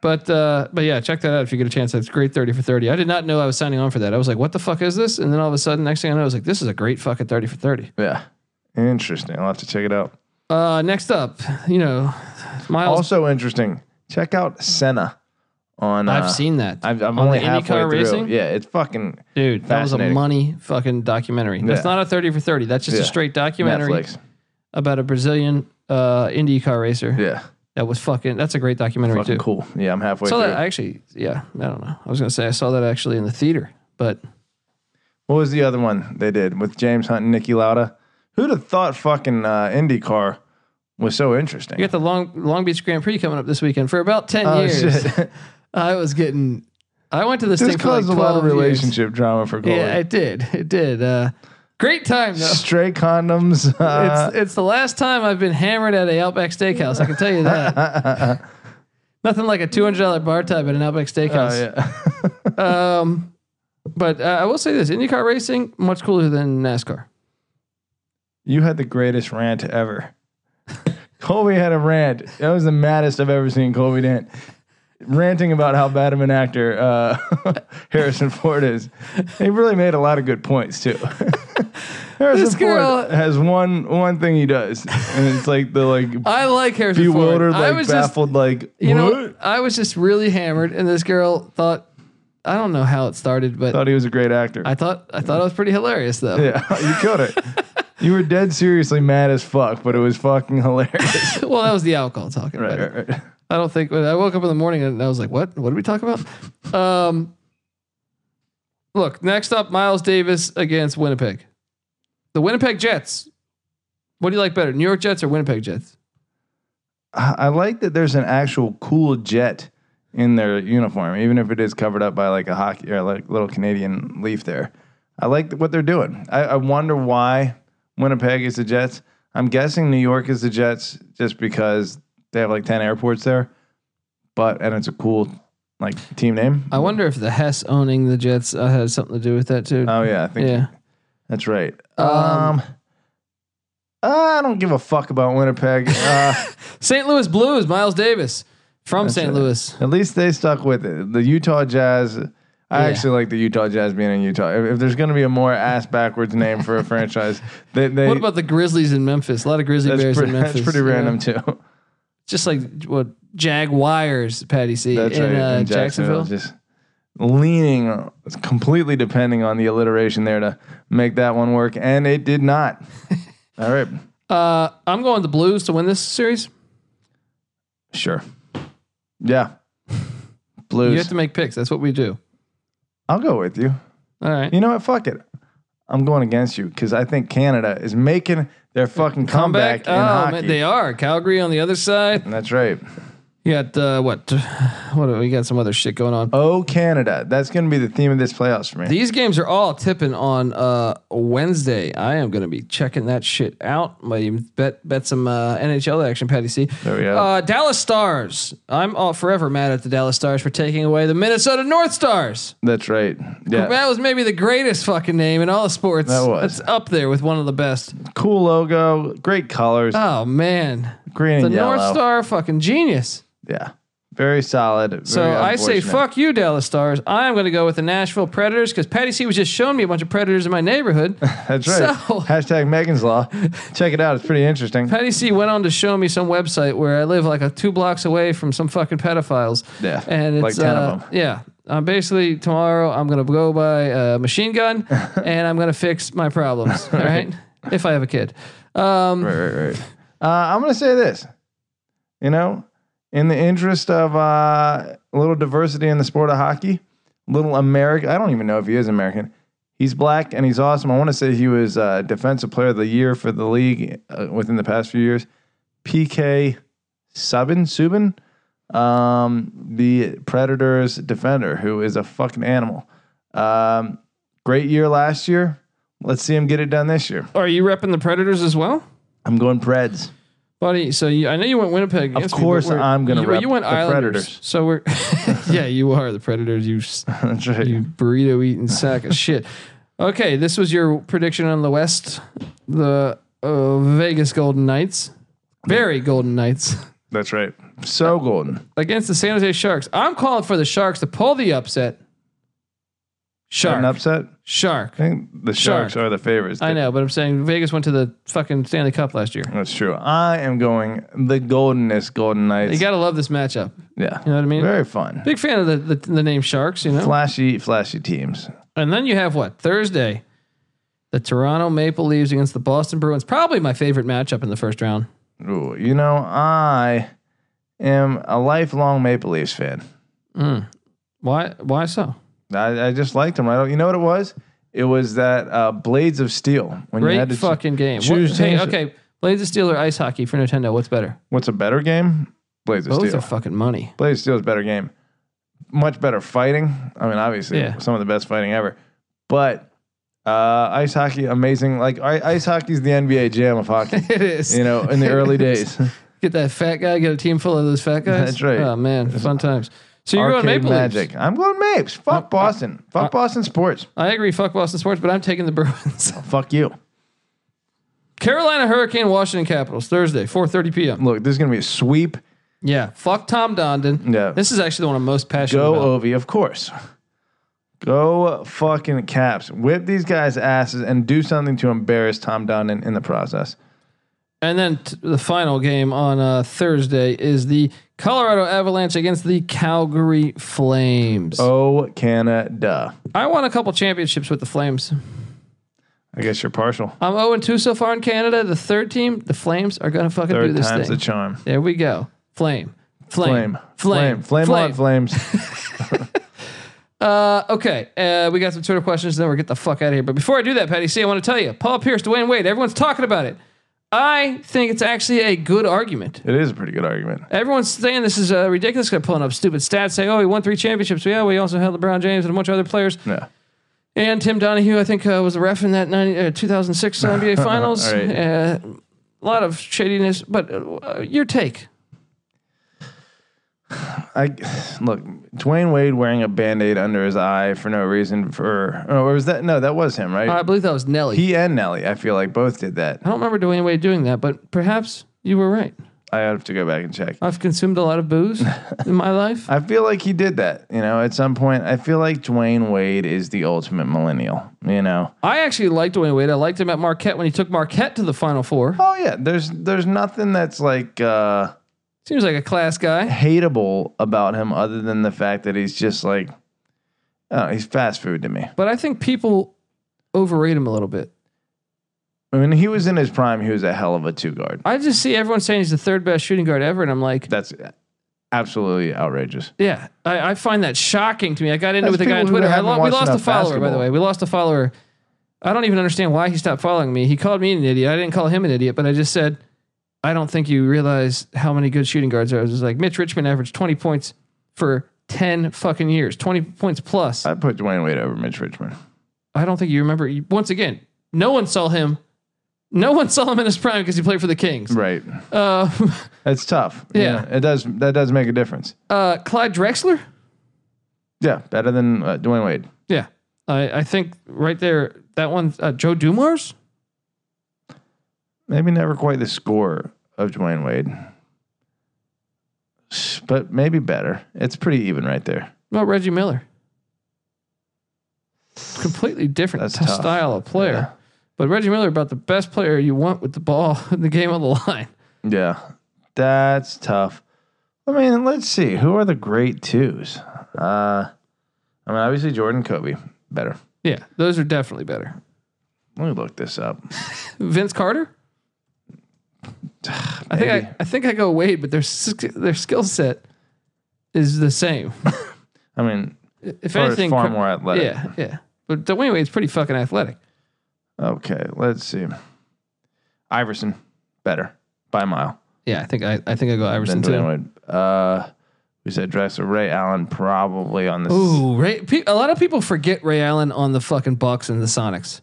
A: But uh, but yeah, check that out if you get a chance. That's great thirty for thirty. I did not know I was signing on for that. I was like, what the fuck is this? And then all of a sudden, next thing I know, I was like, this is a great fucking thirty for thirty.
B: Yeah. Interesting. I'll have to check it out.
A: Uh, next up, you know, Miles.
B: Also interesting. Check out Senna on. uh,
A: I've seen that,
B: I've, I'm
A: On
B: only
A: the
B: halfway
A: IndyCar
B: through.
A: racing?
B: Yeah, it's fucking
A: dude. That was a
B: fascinating.
A: money fucking documentary. That's
B: Yeah.
A: not a thirty for thirty. That's just a
B: Yeah.
A: straight documentary
B: Netflix.
A: about a Brazilian uh, Indy car racer.
B: Yeah,
A: That was fucking. That's a great documentary
B: fucking
A: too.
B: cool. Yeah, I'm halfway
A: Saw
B: through.
A: that I actually. Yeah, I don't know. I was gonna say I saw that actually in the theater, but
B: what was the other one they did with James Hunt and Nicky Lauda? Who'd have thought fucking uh, IndyCar was so interesting?
A: we got the Long Long Beach Grand Prix coming up this weekend for about ten
B: oh
A: years.
B: shit!
A: I was getting. I went to this,
B: this
A: thing for like
B: caused a lot of
A: 12 years.
B: relationship drama for Corey.
A: Yeah, it did. It did. Uh, great time though.
B: Stray condoms. Uh,
A: it's it's the last time I've been hammered at a Outback Steakhouse. I can tell you that. Nothing like a two hundred dollar bar tab at an Outback
B: oh,
A: Steakhouse.
B: yeah.
A: But uh, I will say this: IndyCar racing much cooler than NASCAR.
B: You had the greatest rant ever. Colby had a rant. That was the maddest I've ever seen Colby rant. Ranting about how bad of an actor uh, Harrison Ford is. He really made a lot of good points too. Harrison
A: This girl-
B: Ford has one one thing he does, and it's like the like
A: I like Harrison Ford.
B: bewildered,
A: I
B: like
A: was just,
B: baffled, like
A: you know,
B: what?
A: I was just really hammered, and this girl thought, I don't know how it started, but
B: Thought he was a great actor.
A: I thought I thought it was pretty hilarious though.
B: Uh, yeah, you killed it. you were dead seriously mad as fuck, but it was fucking hilarious.
A: well, that was the alcohol talking. about
B: right,
A: it.
B: right, right.
A: I don't think. I woke up in the morning and I was like, "What? What did we talk about?" Um, look, next up, Miles Davis against Winnipeg, the Winnipeg Jets. What do you like better, New York Jets or Winnipeg Jets?
B: I I like that there's an actual cool jet in their uniform, even if it is covered up by like a hockey or like little Canadian leaf there. I like what they're doing. I, I wonder why Winnipeg is the Jets. I'm guessing New York is the Jets just because they have like 10 airports there. But, and it's a cool like team name.
A: I wonder if the Hess owning the Jets uh, has something to do with that too.
B: Oh, yeah. I think
A: yeah,
B: that's right.
A: Um,
B: Um, I don't give a fuck about Winnipeg. Uh,
A: St. Louis Blues, Miles Davis from
B: That's
A: St.
B: right.
A: Louis.
B: At least they stuck with it. The Utah Jazz. I
A: Yeah.
B: actually like the Utah Jazz being in Utah. If, if there's going to be a more ass backwards name for a franchise, they, they
A: What about the Grizzlies in Memphis? A lot of Grizzly
B: that's,
A: Bears
B: pre-
A: in Memphis.
B: that's pretty
A: you know?
B: random too.
A: Just like what Jaguars, Patty C
B: That's
A: in,
B: right.
A: uh,
B: in
A: Jacksonville.
B: just leaning, uh, completely depending on the alliteration there to make that one work, and it did not. All right,
A: Uh, I'm going the Blues to win this series.
B: sure, yeah,
A: You
B: Blues.
A: have to make picks. That's what we do.
B: I'll go with you.
A: All right.
B: You know what? Fuck it. I'm going against you because I think Canada is making their fucking comeback, in
A: Oh,
B: hockey.
A: man, they are. Calgary on the other side.
B: That's right.
A: You got uh, what? What we got? Some other shit going on.
B: Oh, Canada. That's going to be the theme of this playoffs for me.
A: These games are all tipping on uh, Wednesday. I am going to be checking that shit out. Might even bet bet some uh, NHL action, Patty C.
B: There we go.
A: Uh, Dallas Stars. I'm all forever mad at the Dallas Stars for taking away the Minnesota North Stars.
B: That's right. Yeah.
A: That was maybe the greatest fucking name in all of sports.
B: That was.
A: That's up there with one of the best.
B: Cool logo. Great colors.
A: Oh man,
B: green and
A: the
B: yellow.
A: North Star, fucking genius.
B: Yeah. Very solid. very
A: So I say,
B: unfortunate.
A: fuck you, Dallas Stars. I'm going to go with the Nashville Predators because Patty C was just showing me a bunch of Predators in my neighborhood.
B: That's right.
A: So-
B: Hashtag Megan's Law. Check it out. It's pretty interesting.
A: Patty C went on to show me some website where I live like a two blocks away from some fucking pedophiles.
B: Yeah,
A: and it's
B: like 10 of
A: uh,
B: them.
A: Yeah, I'm basically tomorrow. I'm gonna go buy a machine gun, and I'm gonna fix my problems. All right, if I have a kid. Um,
B: Right, right, right. Uh, I'm gonna say this. You know, in the interest of uh, a little diversity in the sport of hockey, little American. I don't even know if he is American. He's black and he's awesome. I want to say he was uh, defensive player of the year for the league uh, within the past few years. PK Subin Subin, um, the Predators defender, who is a fucking animal. Um, great year last year. Let's see him get it done this year.
A: Are you repping the Predators as well,
B: I'm going Preds.
A: buddy? So you, I know you went Winnipeg. Against me, but
B: course
A: we're-
B: I'm gonna
A: you,
B: rep
A: you went
B: the
A: Islanders.
B: Predators.
A: So we're yeah, you are the Predators. You s-
B: That's right.
A: you burrito eating sack of shit. Okay, this was your prediction on the West, the uh, Vegas Golden Knights, very Golden Knights
B: That's right. So golden.
A: against the San Jose Sharks. I'm calling for the Sharks to pull the upset.
B: An
A: Shark,
B: upset.
A: shark.
B: I think the Sharks are the favorites.
A: I know, but I'm saying Vegas went to the fucking Stanley Cup last year.
B: That's true. I am going the goldenest Golden Knights.
A: You gotta love this matchup.
B: yeah.
A: You know what I mean?
B: Very fun.
A: Big fan of the, the, the name Sharks, you know?
B: Flashy, flashy teams.
A: And then you have what? Thursday. The Toronto Maple Leafs against the Boston Bruins. Probably my favorite matchup in the first round.
B: Ooh, you know, I am a lifelong Maple Leafs fan.
A: Why why so?
B: I, I just liked them. I don't, you know what it was? It was that uh, Blades of Steel. When you had
A: Great
B: to
A: fucking game.
B: choose
A: What- hey,
B: teams-
A: okay. Blades of Steel or ice hockey for Nintendo. What's better?
B: What's a better game? Blades of
A: Both
B: Steel.
A: are fucking money.
B: Blades of Steel is a better game. Much better fighting. I mean, obviously,
A: Yeah.
B: some of the best fighting ever. But uh, ice hockey, amazing. Like I, ice hockey is the NBA jam of hockey.
A: it is.
B: You know, in the early days,
A: Get that fat guy, get a team full of those fat guys.
B: That's right.
A: Oh man, fun times. So you're going
B: arcade
A: Maple Uh,
B: magic.
A: Magic.
B: I'm going Mapes. Fuck Boston. Fuck Boston sports.
A: I agree, fuck Boston sports, but I'm taking the Bruins.
B: Fuck you.
A: Carolina Hurricane, Washington Capitals, Thursday, 4:30 p.m.
B: Look, this is gonna be a sweep.
A: Yeah, fuck Tom Dondon.
B: Yeah.
A: This is actually the one I'm most passionate
B: Go
A: about.
B: Ovi, of course. Go fucking Caps. Whip these guys' asses and do something to embarrass Tom Dundon in the process.
A: And then t- the final game on uh, Thursday is the Colorado Avalanche against the Calgary Flames.
B: Oh Canada.
A: I won a couple championships with the Flames.
B: I guess you're partial.
A: I'm 0 2 so far in Canada. The third team, the Flames, are going to fucking do
B: Third
A: this
B: time's
A: thing.
B: the charm.
A: there we go. Flame. Flame.
B: Flame. Flame. Flame, on flames.
A: Uh, okay. Uh, we got some Twitter questions, then we'll get the fuck out of here. But before I do that, Patty C, I want to tell you Paul Pierce, Dwayne Wade, everyone's talking about it. I think it's actually a good argument.
B: it is a pretty good argument.
A: Everyone's saying this is uh, ridiculous. They're pulling up stupid stats, saying, oh, he won three championships. Yeah, we also held LeBron James and a bunch of other players.
B: Yeah.
A: And Tim Donahue, I think, uh, was the ref in that 90, uh, 2006 NBA Finals.
B: All right.
A: uh, a lot of shadiness, but uh, your take.
B: I look, Dwayne Wade wearing a band-aid under his eye for no reason for or was that no, that was him, right?
A: I believe that was Nelly.
B: he and Nelly, I feel like both did that.
A: I don't remember Dwayne Wade doing that, but perhaps you were right.
B: I have to go back and check.
A: I've consumed a lot of booze in my life.
B: I feel like he did that, you know, at some point. I feel like Dwayne Wade is the ultimate millennial, you know.
A: I actually liked Dwayne Wade. I liked him at Marquette when he took Marquette to the Final Four.
B: Oh yeah, there's there's nothing that's like uh
A: Seems like a class guy.
B: hateable about him other than the fact that he's just like oh, he's fast food to me.
A: But I think people overrate him a little bit.
B: When he was in his prime, he was a hell of a two guard.
A: I just see everyone saying he's the third best shooting guard ever, and I'm like,
B: That's absolutely outrageous.
A: Yeah, I, I find that shocking to me. I got into
B: That's
A: with a guy on
B: people who
A: Twitter. I
B: haven't
A: lo- we
B: watched
A: lost a
B: enough
A: follower, by the
B: basketball.
A: way. We lost a follower. I don't even understand why he stopped following me. He called me an idiot. I didn't call him an idiot, but I just said, I don't think you realize how many good shooting guards there are. It was like Mitch Richmond averaged 20 points for 10 fucking years, 20 points plus.
B: I put Dwayne Wade over Mitch Richmond.
A: I don't think you remember. You- Once again, no one saw him. No one saw him in his prime because he played for the Kings.
B: Right.
A: Uh,
B: That's tough.
A: Yeah.
B: It does that does make a difference.
A: uh, Clyde Drexler?
B: Yeah, better than uh, Dwayne Wade.
A: Yeah. I, I think right there, that one, uh, Joe Dumars?
B: Maybe never quite the score of Dwayne Wade. But maybe better. It's pretty even right there.
A: What about Reggie Miller? Completely different
B: That's
A: t-
B: tough.
A: style of player.
B: Yeah.
A: But Reggie Miller about the best player you want with the ball in the game on the line.
B: Yeah. That's tough. I mean, let's see. Who are the great twos? Uh I mean, obviously Jordan, Kobe, better.
A: Yeah, those are definitely better.
B: Let me look this up.
A: Vince Carter. I think
B: Maybe.
A: I, I think I go Wade, but their s- their skill set is the same.
B: I mean,
A: If
B: Carter's
A: anything,
B: far
A: Car-
B: more athletic.
A: Yeah, yeah. But Dwayne Wade's pretty fucking athletic.
B: Okay, let's see. Iverson, better by a mile
A: Yeah, I think I, I think I go Iverson
B: than
A: too.
B: Dwayne Wade. Uh, we said Drexler, Ray Allen, probably on this.
A: Ooh, Ray. Pe- a lot of people forget Ray Allen on the fucking Bucks and the Sonics.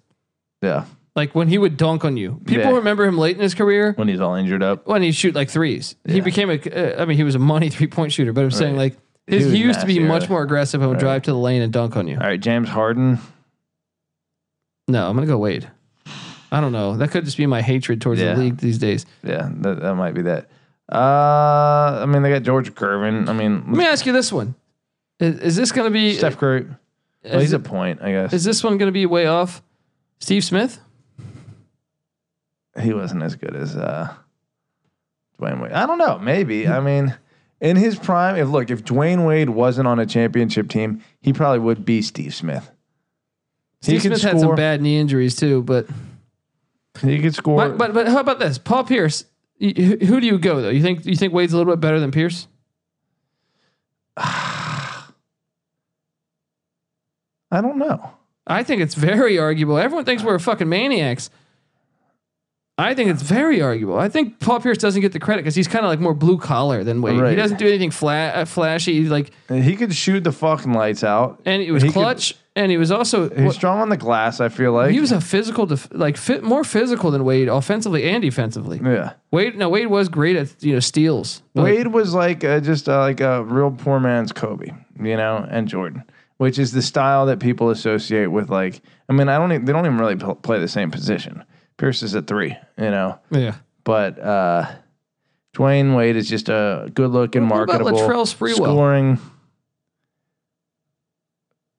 B: Yeah,
A: Like when he would dunk on you, people
B: Yeah.
A: remember him late in his career
B: when he's all injured up.
A: when he shoot like threes. He became a. Uh, I mean, he was a money three point shooter, but I'm saying
B: Right.
A: like his,
B: He
A: he,
B: was
A: used to be
B: nasty,
A: much
B: right?
A: more aggressive and would drive to the lane and dunk on you.
B: All right, James Harden.
A: No, I'm gonna go Wade. I don't know. That could just be my hatred towards
B: Yeah.
A: the league these days.
B: Yeah, that, that might be that. Uh, I mean, they got George Gervin. I mean,
A: Let me ask you this one: Is, is this gonna be?
B: Steph Curry. Well,
A: is-
B: he's a point, I guess.
A: Is this one going to be way off? Steve Smith?
B: he wasn't as good as uh, Dwayne Wade. I don't know. Maybe. I mean, in his prime, if look, if Dwayne Wade wasn't on a championship team, he probably would be Steve Smith.
A: Steve
B: can
A: Smith had some
B: score.
A: bad knee injuries too, but
B: He could score.
A: but, but but how about this? Paul Pierce. Y- Who who do you go though? You think you think Wade's a little bit better than Pierce?
B: I don't know.
A: I think it's very arguable. Everyone thinks we're fucking maniacs. I think it's very arguable. I think Paul Pierce doesn't get the credit because he's kind of like more blue collar than Wade. He
B: Right.
A: doesn't do anything fla- uh, flashy. Like,
B: He could shoot the fucking lights out.
A: and he was
B: He could-
A: clutch, and he was also
B: He's strong on the glass. I feel like
A: he was a physical, def- like fit, more physical than Wade, offensively and defensively.
B: Yeah.
A: Wade, no, Wade was great at you know steals. But
B: Wade was like uh, just uh, like a real poor man's Kobe, you know, and Jordan, which is the style that people associate with like. I mean, I don't. Even, they don't even really pl- play the same position. Pierce is a three, you know,
A: yeah,
B: but uh, Dwayne Wade is just a good-looking,
A: What about
B: marketable,
A: Latrell Sprewell?
B: scoring.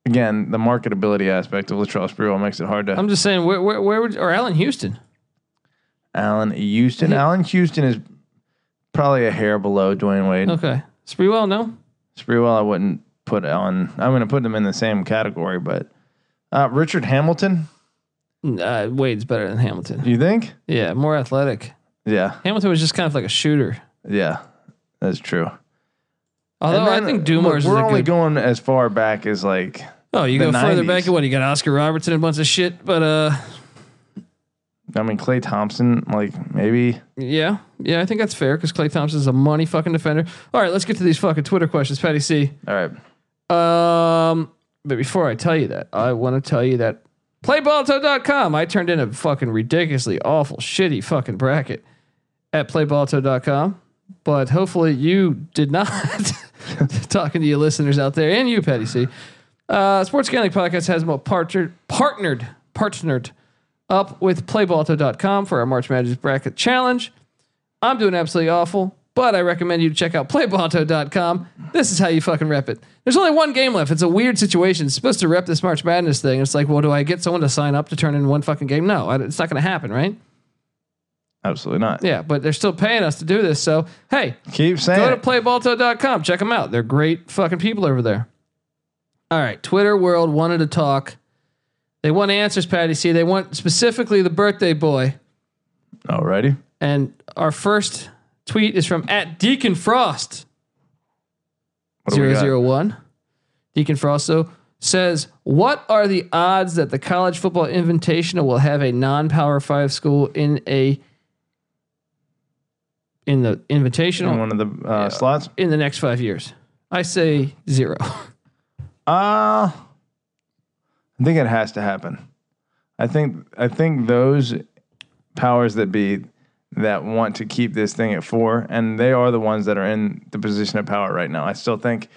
B: Again, the marketability aspect of Latrell Sprewell makes it hard to.
A: I'm just saying where where, where would or Allen Houston?
B: Allen Houston. Allen Houston is probably a hair below Dwayne Wade.
A: Okay, Sprewell, no,
B: Sprewell, I wouldn't put on. I'm going to put them in the same category, but uh, Richard Hamilton,
A: uh, Wade's better than Hamilton.
B: you think?
A: Yeah, more athletic.
B: Yeah,
A: Hamilton was just kind of like a shooter.
B: yeah, that's true.
A: Although
B: And then, uh,
A: I think
B: look,
A: Dumars is a
B: We're only
A: good.
B: going as far back as like
A: oh, you go
B: the
A: further
B: 90s.
A: back. What you got? Oscar Robertson and a bunch of shit. But uh,
B: I mean Clay Thompson, like maybe
A: yeah, yeah, I think that's fair because Clay Thompson's a money fucking defender. All right, let's get to these fucking Twitter questions, Patty C.
B: all right.
A: Um, but before I tell you that, I want to tell you that playbalto.com. I turned in a fucking ridiculously awful, shitty fucking bracket at playbalto.com, but hopefully you did not. Talking to you listeners out there and you, Petty C. Uh, Sports Gambling Podcast has more partnered, partnered, partnered up with playbalto.com for our March Madness bracket challenge. I'm doing absolutely awful, but I recommend you check out playbalto.com. This is how you fucking rep it. There's only one game left. It's a weird situation. It's supposed to rep this March Madness thing. It's like, well, do I get someone to sign up to turn in one fucking game? No, I- it's not going to happen, right?
B: Absolutely not.
A: Yeah, but they're still paying us to do this. So, hey,
B: Keep saying.
A: go to
B: it.
A: playbalto.com. Check them out. They're great fucking people over there. All right. Twitter world wanted to talk. They want answers, Patty C. They want specifically the birthday boy.
B: Alrighty.
A: And our first tweet is from at Deacon Frost
B: What do we
A: zero
B: got?
A: zero one. Deacon Frost though, says, "What are the odds that the college football invitational will have a non-power five school in a in the
B: In
A: invitational
B: one of the uh, slots.
A: in the next five years?" I say zero.
B: Uh I think it has to happen. I think I think those powers that be that want to keep this thing at four, and they are the ones that are in the position of power right now. I still think,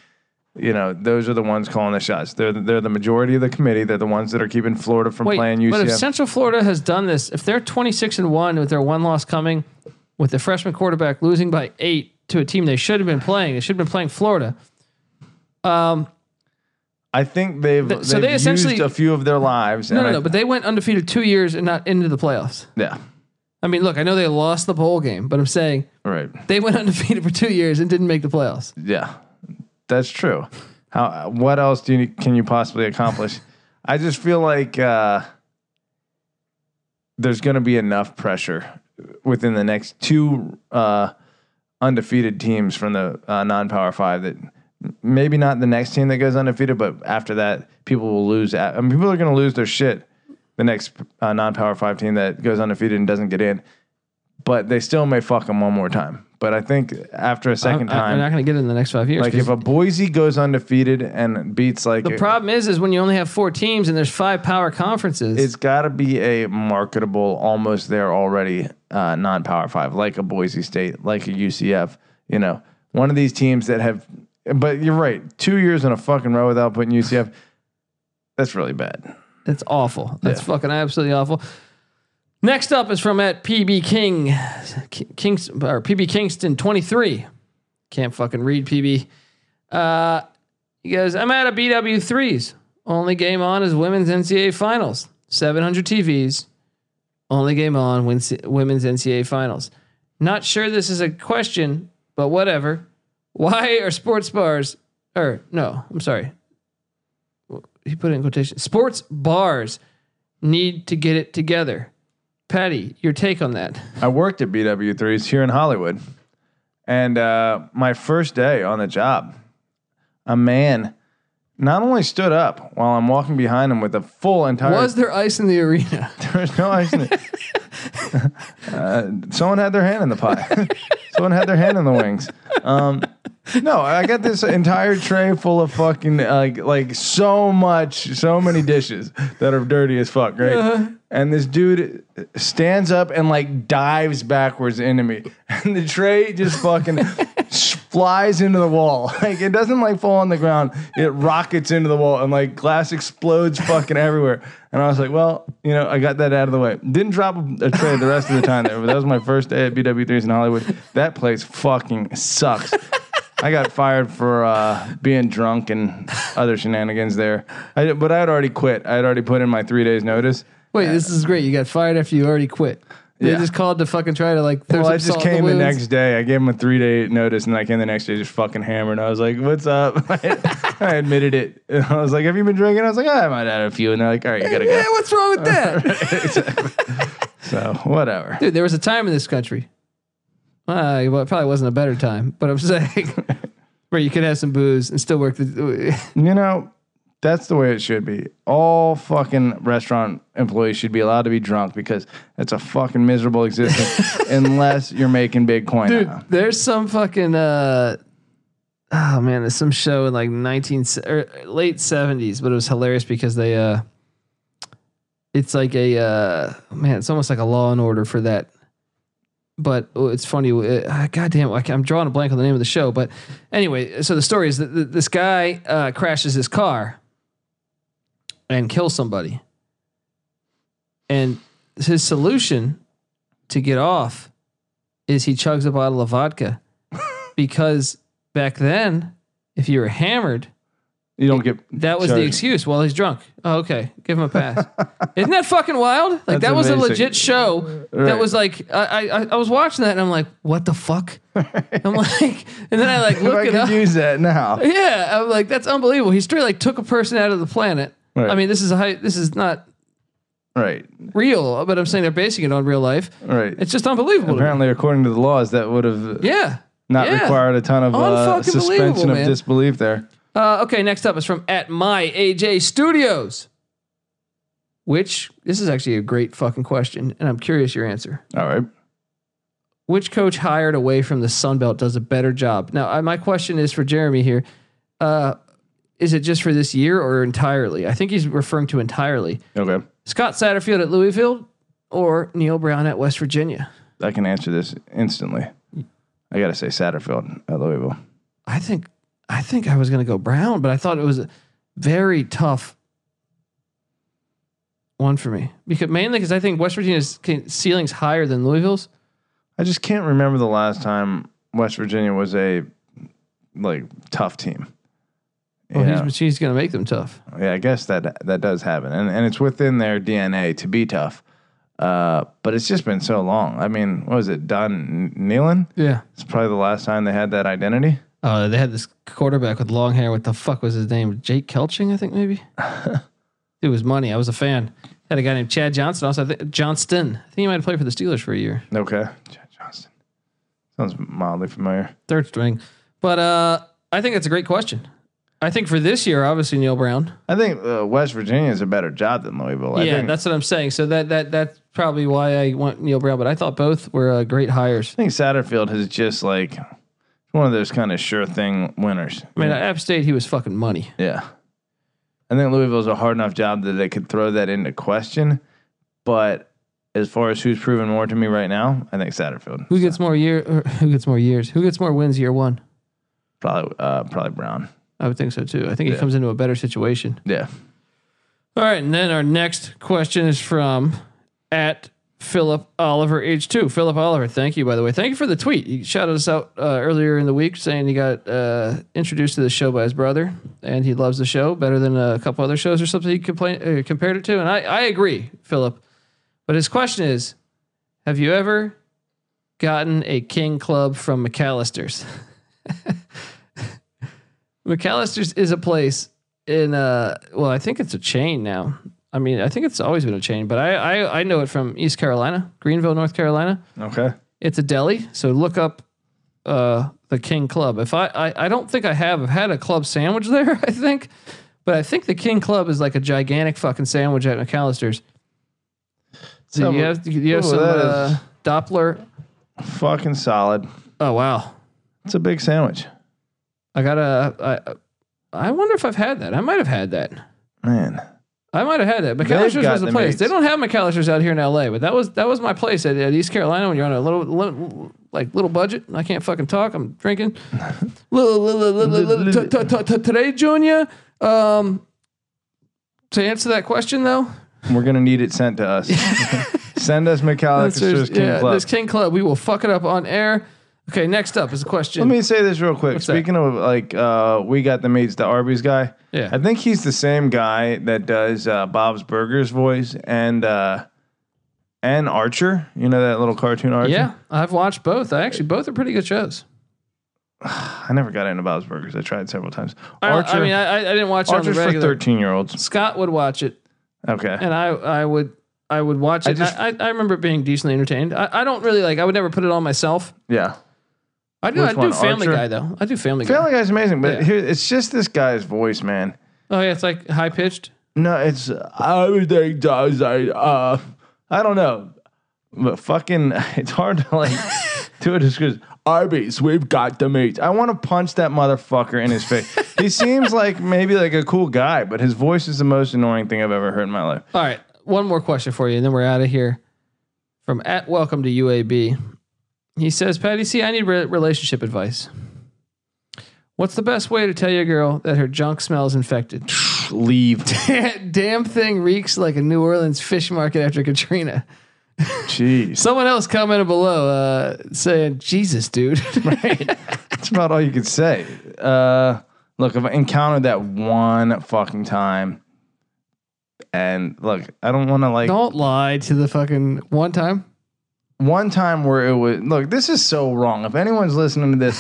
B: you know, those are the ones calling the shots. They're they're the majority of the committee. They're the ones that are keeping Florida from
A: Wait,
B: playing
A: but if
B: UCF.
A: Central Florida has done this, if they're twenty six and one with their one loss coming, with the freshman quarterback losing by eight to a team they should have been playing, they should have been playing Florida.
B: I think they've,
A: Th- so
B: they've
A: they essentially-
B: used a few of their lives.
A: No,
B: and
A: no,
B: I-
A: no. But they went undefeated two years and not into the playoffs.
B: yeah,
A: I mean, look, I know they lost the bowl game, but I'm saying
B: right.
A: they went undefeated for two years and didn't make the playoffs.
B: Yeah, that's true. How? What else do you can you possibly accomplish? I just feel like uh, there's going to be enough pressure within the next two uh, undefeated teams from the uh, non-power five that maybe not the next team that goes undefeated, but after that, people will lose. At, I mean, people are going to lose their shit. The next uh, non-power five team that goes undefeated and doesn't get in, but they still may fuck them one more time. But I think after a second
A: I- I-
B: time,
A: They're not going to get it in the next five years.
B: like
A: 'cause
B: if a Boise goes undefeated and beats like
A: the problem is, is when you only have four teams and there's five power conferences.
B: it's got to be a marketable, almost there already uh, non-power five, like a Boise State, like a UCF. You know, one of these teams that have. But you're right. Two years in a fucking row without putting UCF. That's really bad.
A: That's awful. That's fucking absolutely awful. Next up is from at PB King, Ki- Kings or PB Kingston twenty three. Can't fucking read PB. Uh, he goes, I'm out of BW threes. Only game on is women's NCAA finals. Seven hundred TVs. Only game on wins- women's NCAA finals. Not sure this is a question, but whatever. Why are sports bars? Or no, I'm sorry he put it in quotation sports bars need to get it together patty your take on that
B: I worked at BW3s here in Hollywood. And uh, my first day on the job, a man not only stood up while I'm walking behind him with a full entire.
A: was there ice in the arena
B: There's no ice in it. Uh, someone had their hand in the pie. someone had their hand in the wings. Um, no, I got this entire tray full of fucking uh, like like so much, so many dishes that are dirty as fuck, right? And this dude stands up and like dives backwards into me, and the tray just fucking s- flies into the wall. Like it doesn't like fall on the ground; it rockets into the wall, and like glass explodes fucking everywhere. And I was like, well, you know, I got that out of the way. Didn't drop a, a tray the rest of the time there, but that was my first day at BW3s in Hollywood. That place fucking sucks. I got fired for uh, being drunk and other shenanigans there. I, but I had already quit. I had already put in my three days notice.
A: wait this is great you got fired after you already quit they
B: Yeah.
A: just called to fucking try to like throw
B: Well,
A: some
B: I just
A: salt in
B: came the
A: wounds.
B: next day. I gave him a three day notice, and I came the next day just fucking hammered. I was like, "What's up?" I admitted it. And I was like, "Have you been drinking?" I was like, "Ah, "I might have had a few." And they're like, "All right, you gotta
A: yeah
B: go."
A: what's wrong with that
B: So whatever.
A: dude there was a time in this country uh, well, it probably wasn't a better time but i'm saying where you could have some booze and still work the
B: You know, that's the way it should be. All fucking restaurant employees should be allowed to be drunk because it's a fucking miserable existence unless you're making big coin.
A: Dude,
B: now.
A: there's some fucking uh oh man, there's some show in like 19 se- or late 70s, but it was hilarious because they uh it's like a uh man, it's almost like a law and order for that. But oh, it's funny. Uh, goddamn, I can I'm drawing a blank on the name of the show. But anyway, so the story is that th- this guy uh, crashes his car and kills somebody, and his solution to get off is he chugs a bottle of vodka because back then, if you were hammered,
B: You don't get
A: that was the
B: charged.
A: excuse. Well, he's drunk. Oh, okay, give him a pass. Isn't that fucking wild? Like that
B: That's
A: was a
B: amazing.
A: legit show. That
B: Right.
A: was like I, I I was watching that and I'm like, what the fuck? I'm like, and then I like
B: If
A: look
B: I
A: it
B: could
A: up.
B: use that now.
A: Yeah, I'm like, that's unbelievable. He straight like took a person out of the planet.
B: Right.
A: I mean, this is a high, this is not
B: Right,
A: real, but I'm saying they're basing it on real life.
B: right.
A: It's just unbelievable. to me.
B: Apparently, according to the laws, that would have
A: Yeah.
B: not
A: yeah.
B: required a ton of uh,
A: Unfucking believable,
B: suspension of
A: man.
B: disbelief there.
A: Uh, okay, next up is from at my AJ Studios. Which this is actually a great fucking question, and I'm curious your answer.
B: All right.
A: Which coach hired away from the Sun Belt does a better job? Now, I, my question is for Jeremy here: uh, Is it just for this year or entirely? I think he's referring to entirely
B: Okay.
A: Scott Satterfield at Louisville or Neil Brown at West Virginia.
B: I can answer this instantly. I got to say Satterfield at Louisville.
A: I think I think I was going to go Brown, but I thought it was a very tough one for me because mainly because I think West Virginia's ca- ceiling's higher than Louisville's.
B: I just can't remember the last time West Virginia was a like tough team.
A: Well,
B: yeah.
A: Oh, he's, he's going to make them tough.
B: yeah, I guess that that does happen, and and it's within their DNA to be tough. Uh, but it's just been so long. I mean, what was it, Don Nealon?
A: Yeah,
B: It's probably the last time they had that identity.
A: Uh, they had this quarterback with long hair. What the fuck was his name? Jake Kelching, I think maybe. it was money. I was a fan. Had a guy named Chad Johnson. Also, I think Johnston. I think he might have played for the Steelers for a year.
B: Okay. Chad Johnston. Sounds mildly familiar.
A: Third string. But uh, I think that's a great question. I think for this year, obviously Neil Brown.
B: I think uh, West Virginia is a better job than Louisville. I
A: yeah,
B: think,
A: that's what I'm saying. So that that that's probably why I want Neil Brown. But I thought both were uh, great hires.
B: I think Satterfield is just like one of those kind of sure thing winners.
A: I mean, at App State, he was fucking money.
B: Yeah. I think Louisville's a hard enough job that they could throw that into question. But as far as who's proven more to me right now, I think Satterfield.
A: Who gets more year? Or who gets more years? Who gets more wins year one?
B: Probably uh, probably Brown.
A: I would think so too. I think he
B: Yeah.
A: comes into a better situation.
B: Yeah.
A: All right, and then our next question is from at Philip Oliver H two. Philip Oliver, thank you by the way. Thank you for the tweet. He shouted us out uh, earlier in the week saying he got uh, introduced to the show by his brother and he loves the show better than a couple other shows or something. He complained uh, compared it to, and I I agree, Philip. But his question is, have you ever gotten a King Club from McAllister's? McAllister's is a place in uh well, I think it's a chain now. I mean, I think it's always been a chain, but I I, I know it from East Carolina, Greenville, North Carolina.
B: Okay.
A: It's a deli, so look up uh the King Club. If I I, I don't think I have had a club sandwich there, I think. But I think the King Club is like a gigantic fucking sandwich at McAllister's. So
B: Some-
A: you have you have
B: Ooh,
A: some
B: that is-
A: uh, Doppler.
B: Fucking solid.
A: Oh wow,
B: It's a big sandwich.
A: I gotta. I I wonder if I've had that. I might have had that.
B: Man.
A: I might have had that.
B: They've
A: McAllister's
B: got
A: was the
B: the
A: place.
B: meats.
A: They don't have McAllister's out here in L.A., but that was that was my place at, at East Carolina when you're on a little, little like little budget. and I can't fucking talk. I'm drinking. Little- little- little- little- t- t- t- Today, Junior. Um, to answer that question though,
B: We're gonna need it sent to us. Send us McAllister's King
A: yeah,
B: Club.
A: this King Club, we will fuck it up on air. Okay, next up is a question.
B: Let me say this real quick.
A: What's that?
B: Speaking of like, uh, we got the meats, the Arby's guy.
A: Yeah.
B: I think he's the same guy that does uh, Bob's Burgers voice and uh, and Archer. You know that little cartoon Archer.
A: yeah, I've watched both. I actually both are pretty good shows.
B: I never got into Bob's Burgers. I tried several times.
A: I-
B: Archer.
A: I, mean, I, I didn't watch it on the
B: Archer's for
A: regular.
B: thirteen year olds.
A: Scott would watch it.
B: Okay.
A: and I I would I would watch it. I,
B: just-
A: I, I remember being decently entertained. I, I don't really like. I would never put it on myself.
B: yeah.
A: I do.
B: Which
A: I do
B: one,
A: Family
B: Archer?
A: Guy though. I do Family, Guy.
B: Family Guy's amazing, but
A: Yeah.
B: here it's just this guy's voice, man.
A: Oh yeah, it's like high pitched.
B: No, it's everything does. I uh, I don't know, but fucking, it's hard to like do it because Arby's, we've got the meat. I want to punch that motherfucker in his face. he seems like maybe like a cool guy, but his voice is the most annoying thing I've ever heard in my life.
A: All right, one more question for you, and then we're out of here. From at Welcome to UAB, he says, "Patty, see, I need re- relationship advice. What's the best way to tell your girl that her junk smells infected?
B: Leave,
A: Damn thing reeks like a New Orleans fish market after Katrina."
B: jeez,
A: Someone else commented below uh, saying, "Jesus, dude."
B: that's about all you could say. Uh, look, I've encountered that one fucking time, and look, I don't want to like.
A: Don't lie to the fucking one time.
B: one time where it was look this is so wrong if anyone's listening to this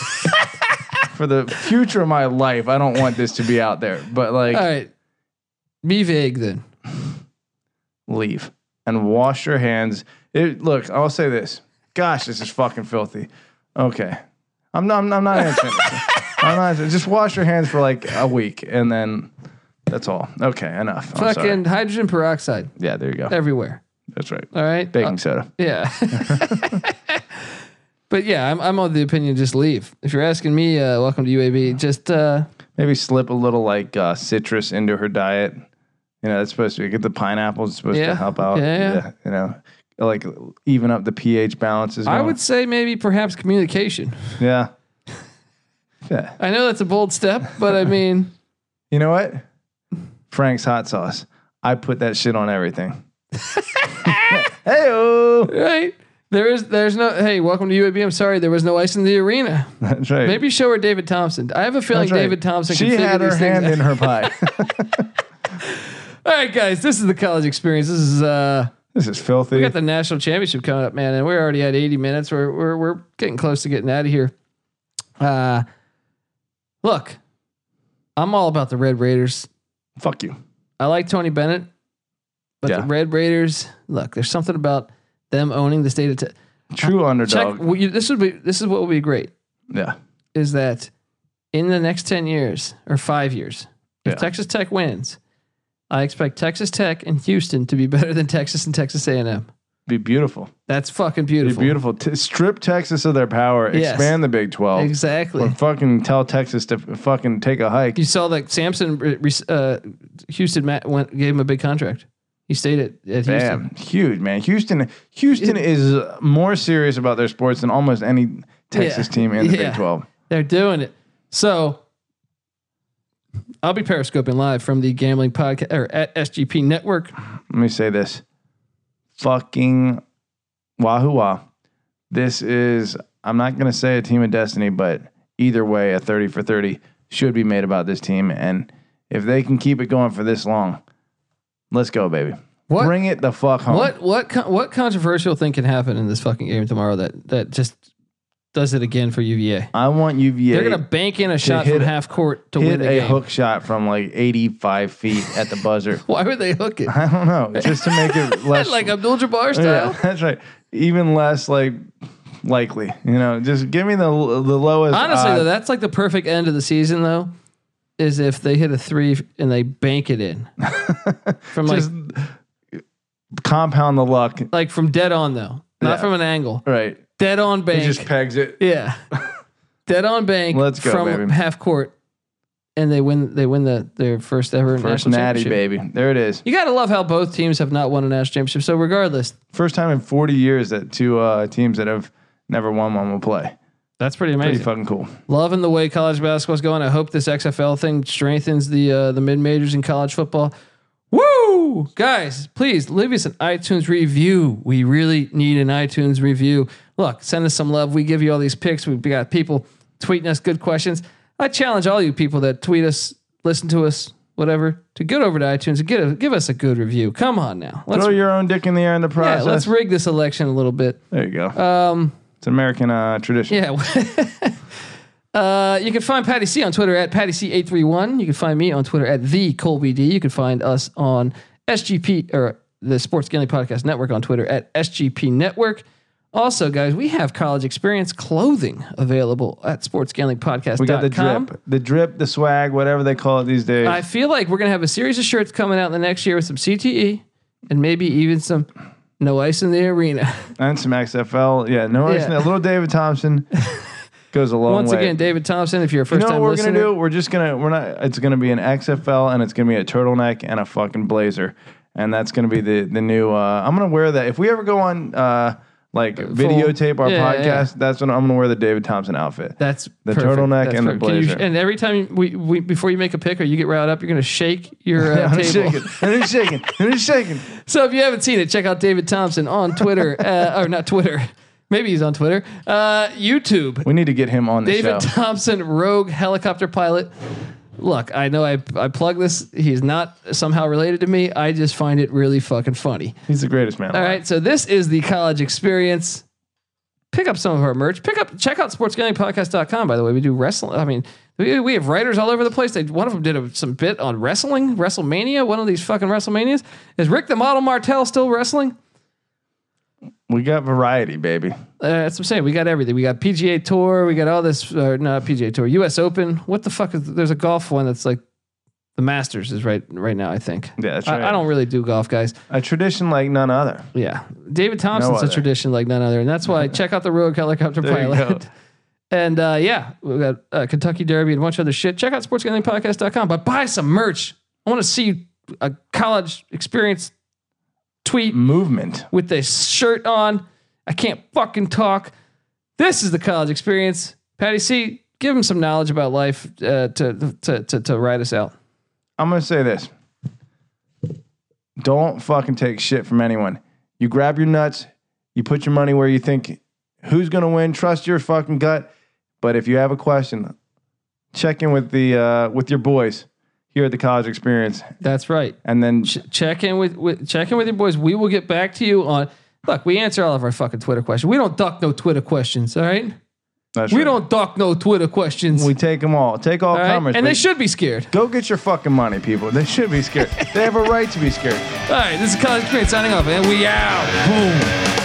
B: for the future of my life i don't want this to be out there but like
A: All right. Be vague then.
B: leave and wash your hands it, look i'll say this gosh this is fucking filthy okay i'm not i'm not, I'm not answering this. i'm not answering. just wash your hands for like a week and then that's all okay enough I'm sorry.
A: Fucking hydrogen peroxide
B: yeah there you go
A: everywhere.
B: that's right
A: All right.
B: baking soda
A: Uh, yeah. but yeah, I'm, I'm of the opinion just leave. If you're asking me, uh, welcome to UAB. Just uh,
B: Maybe slip a little like uh, citrus into her diet. You know, that's supposed to get the pineapples it's supposed
A: Yeah.
B: to help out.
A: Yeah, yeah.
B: You know, like even up the pH balances.
A: I
B: going.
A: would say maybe perhaps communication.
B: Yeah. Yeah.
A: I know that's a bold step, but I mean,
B: You know what? Frank's hot sauce. I put that shit on everything. hey
A: right? There is there's no hey, welcome to UAB. I'm sorry there was no ice in the arena.
B: That's right.
A: Maybe show her David Thompson. I have a feeling
B: That's right.
A: David Thompson.
B: She
A: can figure
B: had her
A: these things
B: hand
A: out.
B: in her pie.
A: All right, guys, this is the college experience. This is uh
B: this is filthy.
A: we got the national championship coming up, man, and we're already at 80 minutes. We're we're, we're getting close to getting out of here. Uh, Look, I'm all about the Red Raiders.
B: Fuck you.
A: I like Tony Bennett, but
B: Yeah.
A: the Red Raiders. Look, there's something about them owning the state of. Te-
B: True
A: Check.
B: underdog.
A: well, you- This would be. This is what would be great.
B: Yeah.
A: is that in the next 10 years or five years,
B: Yeah.
A: if Texas Tech wins, I expect Texas Tech and Houston to be better than Texas and Texas A&M.
B: Be beautiful.
A: That's fucking beautiful.
B: Be beautiful. T- strip Texas of their power.
A: Yes.
B: Expand the Big 12.
A: Exactly.
B: And fucking tell Texas to f- fucking take a hike.
A: You saw that Samson, re- re- uh, Houston Matt went, gave him a big contract. He stayed at, at Houston.
B: Damn, huge man. Houston, Houston is more serious about their sports than almost any Texas
A: Yeah.
B: team in the
A: Yeah.
B: Big Twelve.
A: They're doing it. So I'll be periscoping live from the gambling podcast or at SGP network.
B: Let me say this, fucking wahoo wah. This is I'm not gonna say a team of destiny, but either way, a thirty for thirty should be made about this team, and if they can keep it going for this long, let's go, baby.
A: What?
B: Bring it the fuck home.
A: What what con- what controversial thing can happen in this fucking game tomorrow that that just does it again for UVA?
B: I want UVA.
A: They're gonna bank in a shot
B: hit
A: from
B: a-
A: half court to win
B: hit
A: the
B: a
A: game.
B: hook shot from like 85 feet at the buzzer.
A: Why would they hook it?
B: I don't know, just to make it less
A: like Abdul Jabbar
B: Yeah,
A: style.
B: that's right. Even less like likely. You know, just give me the the lowest.
A: Honestly,
B: odds.
A: though, that's like the perfect end of the season, though. Is if they hit a three and they bank it in from like
B: just compound the luck.
A: like from dead on though, not
B: Yeah.
A: from an angle,
B: Right.
A: dead on
B: He
A: bank.
B: just pegs it.
A: yeah, dead on bank.
B: Let's go,
A: from
B: baby.
A: half court, and they win. They win the their first ever
B: First
A: national
B: natty,
A: championship.
B: baby. There it is.
A: You gotta love how both teams have not won a national championship. So regardless,
B: First time in 40 years that two uh, teams that have never won one will play.
A: that's pretty
B: Pretty
A: amazing.
B: fucking cool.
A: Loving the way college basketball's going. I hope this XFL thing strengthens the uh, the mid majors in college football. Woo, guys! Please leave us an iTunes review. We really need an iTunes review. Look, send us some love. We give you all these picks. We've got people tweeting us good questions. I challenge all you people that tweet us, listen to us, whatever, to get over to iTunes and get a, give us a good review. Come on now, let's
B: Throw your own dick in the air in the
A: yeah,
B: process.
A: let's rig this election a little bit.
B: there you go. Um, it's an American uh, tradition.
A: Yeah. Uh, you can find Patty C on Twitter at Patty C831. You can find me on Twitter at the Colby D. You can find us on SGP or the Sports Gambling Podcast Network on Twitter at SGP Network. Also, guys, we have college experience clothing available at sportsgamblingpodcast.com.
B: We got the drip, the drip, the swag, whatever they call it these days.
A: I feel like we're gonna have a series of shirts coming out in the next year with some CTE and maybe even some no ice in the arena.
B: and some XFL. Yeah, no worries.
A: Yeah.
B: A little David Thompson goes a long
A: Once
B: way.
A: again, David Thompson, if you're a
B: you
A: first
B: know
A: time
B: what we're
A: listener,
B: gonna do? We're just gonna we're not. It's gonna be an XFL and it's gonna be a turtleneck and a fucking blazer, and that's gonna be the the new. Uh, I'm gonna wear that if we ever go on uh, like videotape our
A: Yeah, yeah, yeah.
B: podcast. That's when I'm gonna wear the David Thompson outfit.
A: That's
B: The
A: perfect.
B: turtleneck
A: That's
B: and the
A: perfect. Can you-
B: blazer.
A: and every time we, we before you make a pick or you get riled up, you're gonna shake your uh,
B: I'm
A: table.
B: shaking. I'm shaking. I'm shaking.
A: So if you haven't seen it, check out David Thompson on Twitter uh, or not Twitter. Maybe he's on Twitter. Uh, YouTube.
B: We need to get him on the
A: David
B: show.
A: Thompson, rogue helicopter pilot. Look, I know I I plug this. He's not somehow related to me. I just find it really fucking funny.
B: He's the greatest man.
A: All right, so this is the college experience. Pick up some of our merch. Pick up, check out sportsgamblingpodcast.com. By the way, we do wrestling. I mean, we, we have writers all over the place. They, one of them did a, some bit on wrestling, WrestleMania, one of these fucking WrestleManias. Is Rick the Model Martel still wrestling?
B: We got variety, baby.
A: Uh, that's what I'm saying. We got everything. We got PGA Tour. We got all this, uh, not PGA Tour, US Open. What the fuck is, there's a golf one that's like, the Masters is right right now, I think.
B: Yeah, that's right.
A: I, I don't really do golf, guys.
B: A tradition like none other.
A: Yeah. David Thompson's a
B: other.
A: tradition like none other. And that's why check out the Rogue Helicopter
B: There you
A: Pilot.
B: go.
A: And uh, yeah, we got uh, Kentucky Derby and a bunch of other shit. Check out sportsgamblingpodcast.com, but buy some merch. I want to see a college experience tweet
B: Movement.
A: with this shirt on. I can't fucking talk. This is the college experience. Patty C, give him some knowledge about life uh, to, to, to, to ride us out.
B: I'm gonna say this. Don't fucking take shit from anyone. You grab your nuts, you put your money where you think who's gonna win, trust your fucking gut. But if you have a question, check in with the uh, with your boys here at the college experience
A: That's right.
B: and then
A: Ch- check in with, with check in with your boys. We will get back to you on. Look, we answer all of our fucking Twitter questions. We don't duck no Twitter questions. All right.
B: That's
A: We
B: right.
A: don't talk no Twitter questions.
B: We uh, take them all. Take all,
A: all right?
B: comers.
A: And they
B: but
A: should be scared.
B: go get your fucking money, people. They should be scared. they have a right to be scared.
A: All right, this is College Green signing off, and we out. Boom.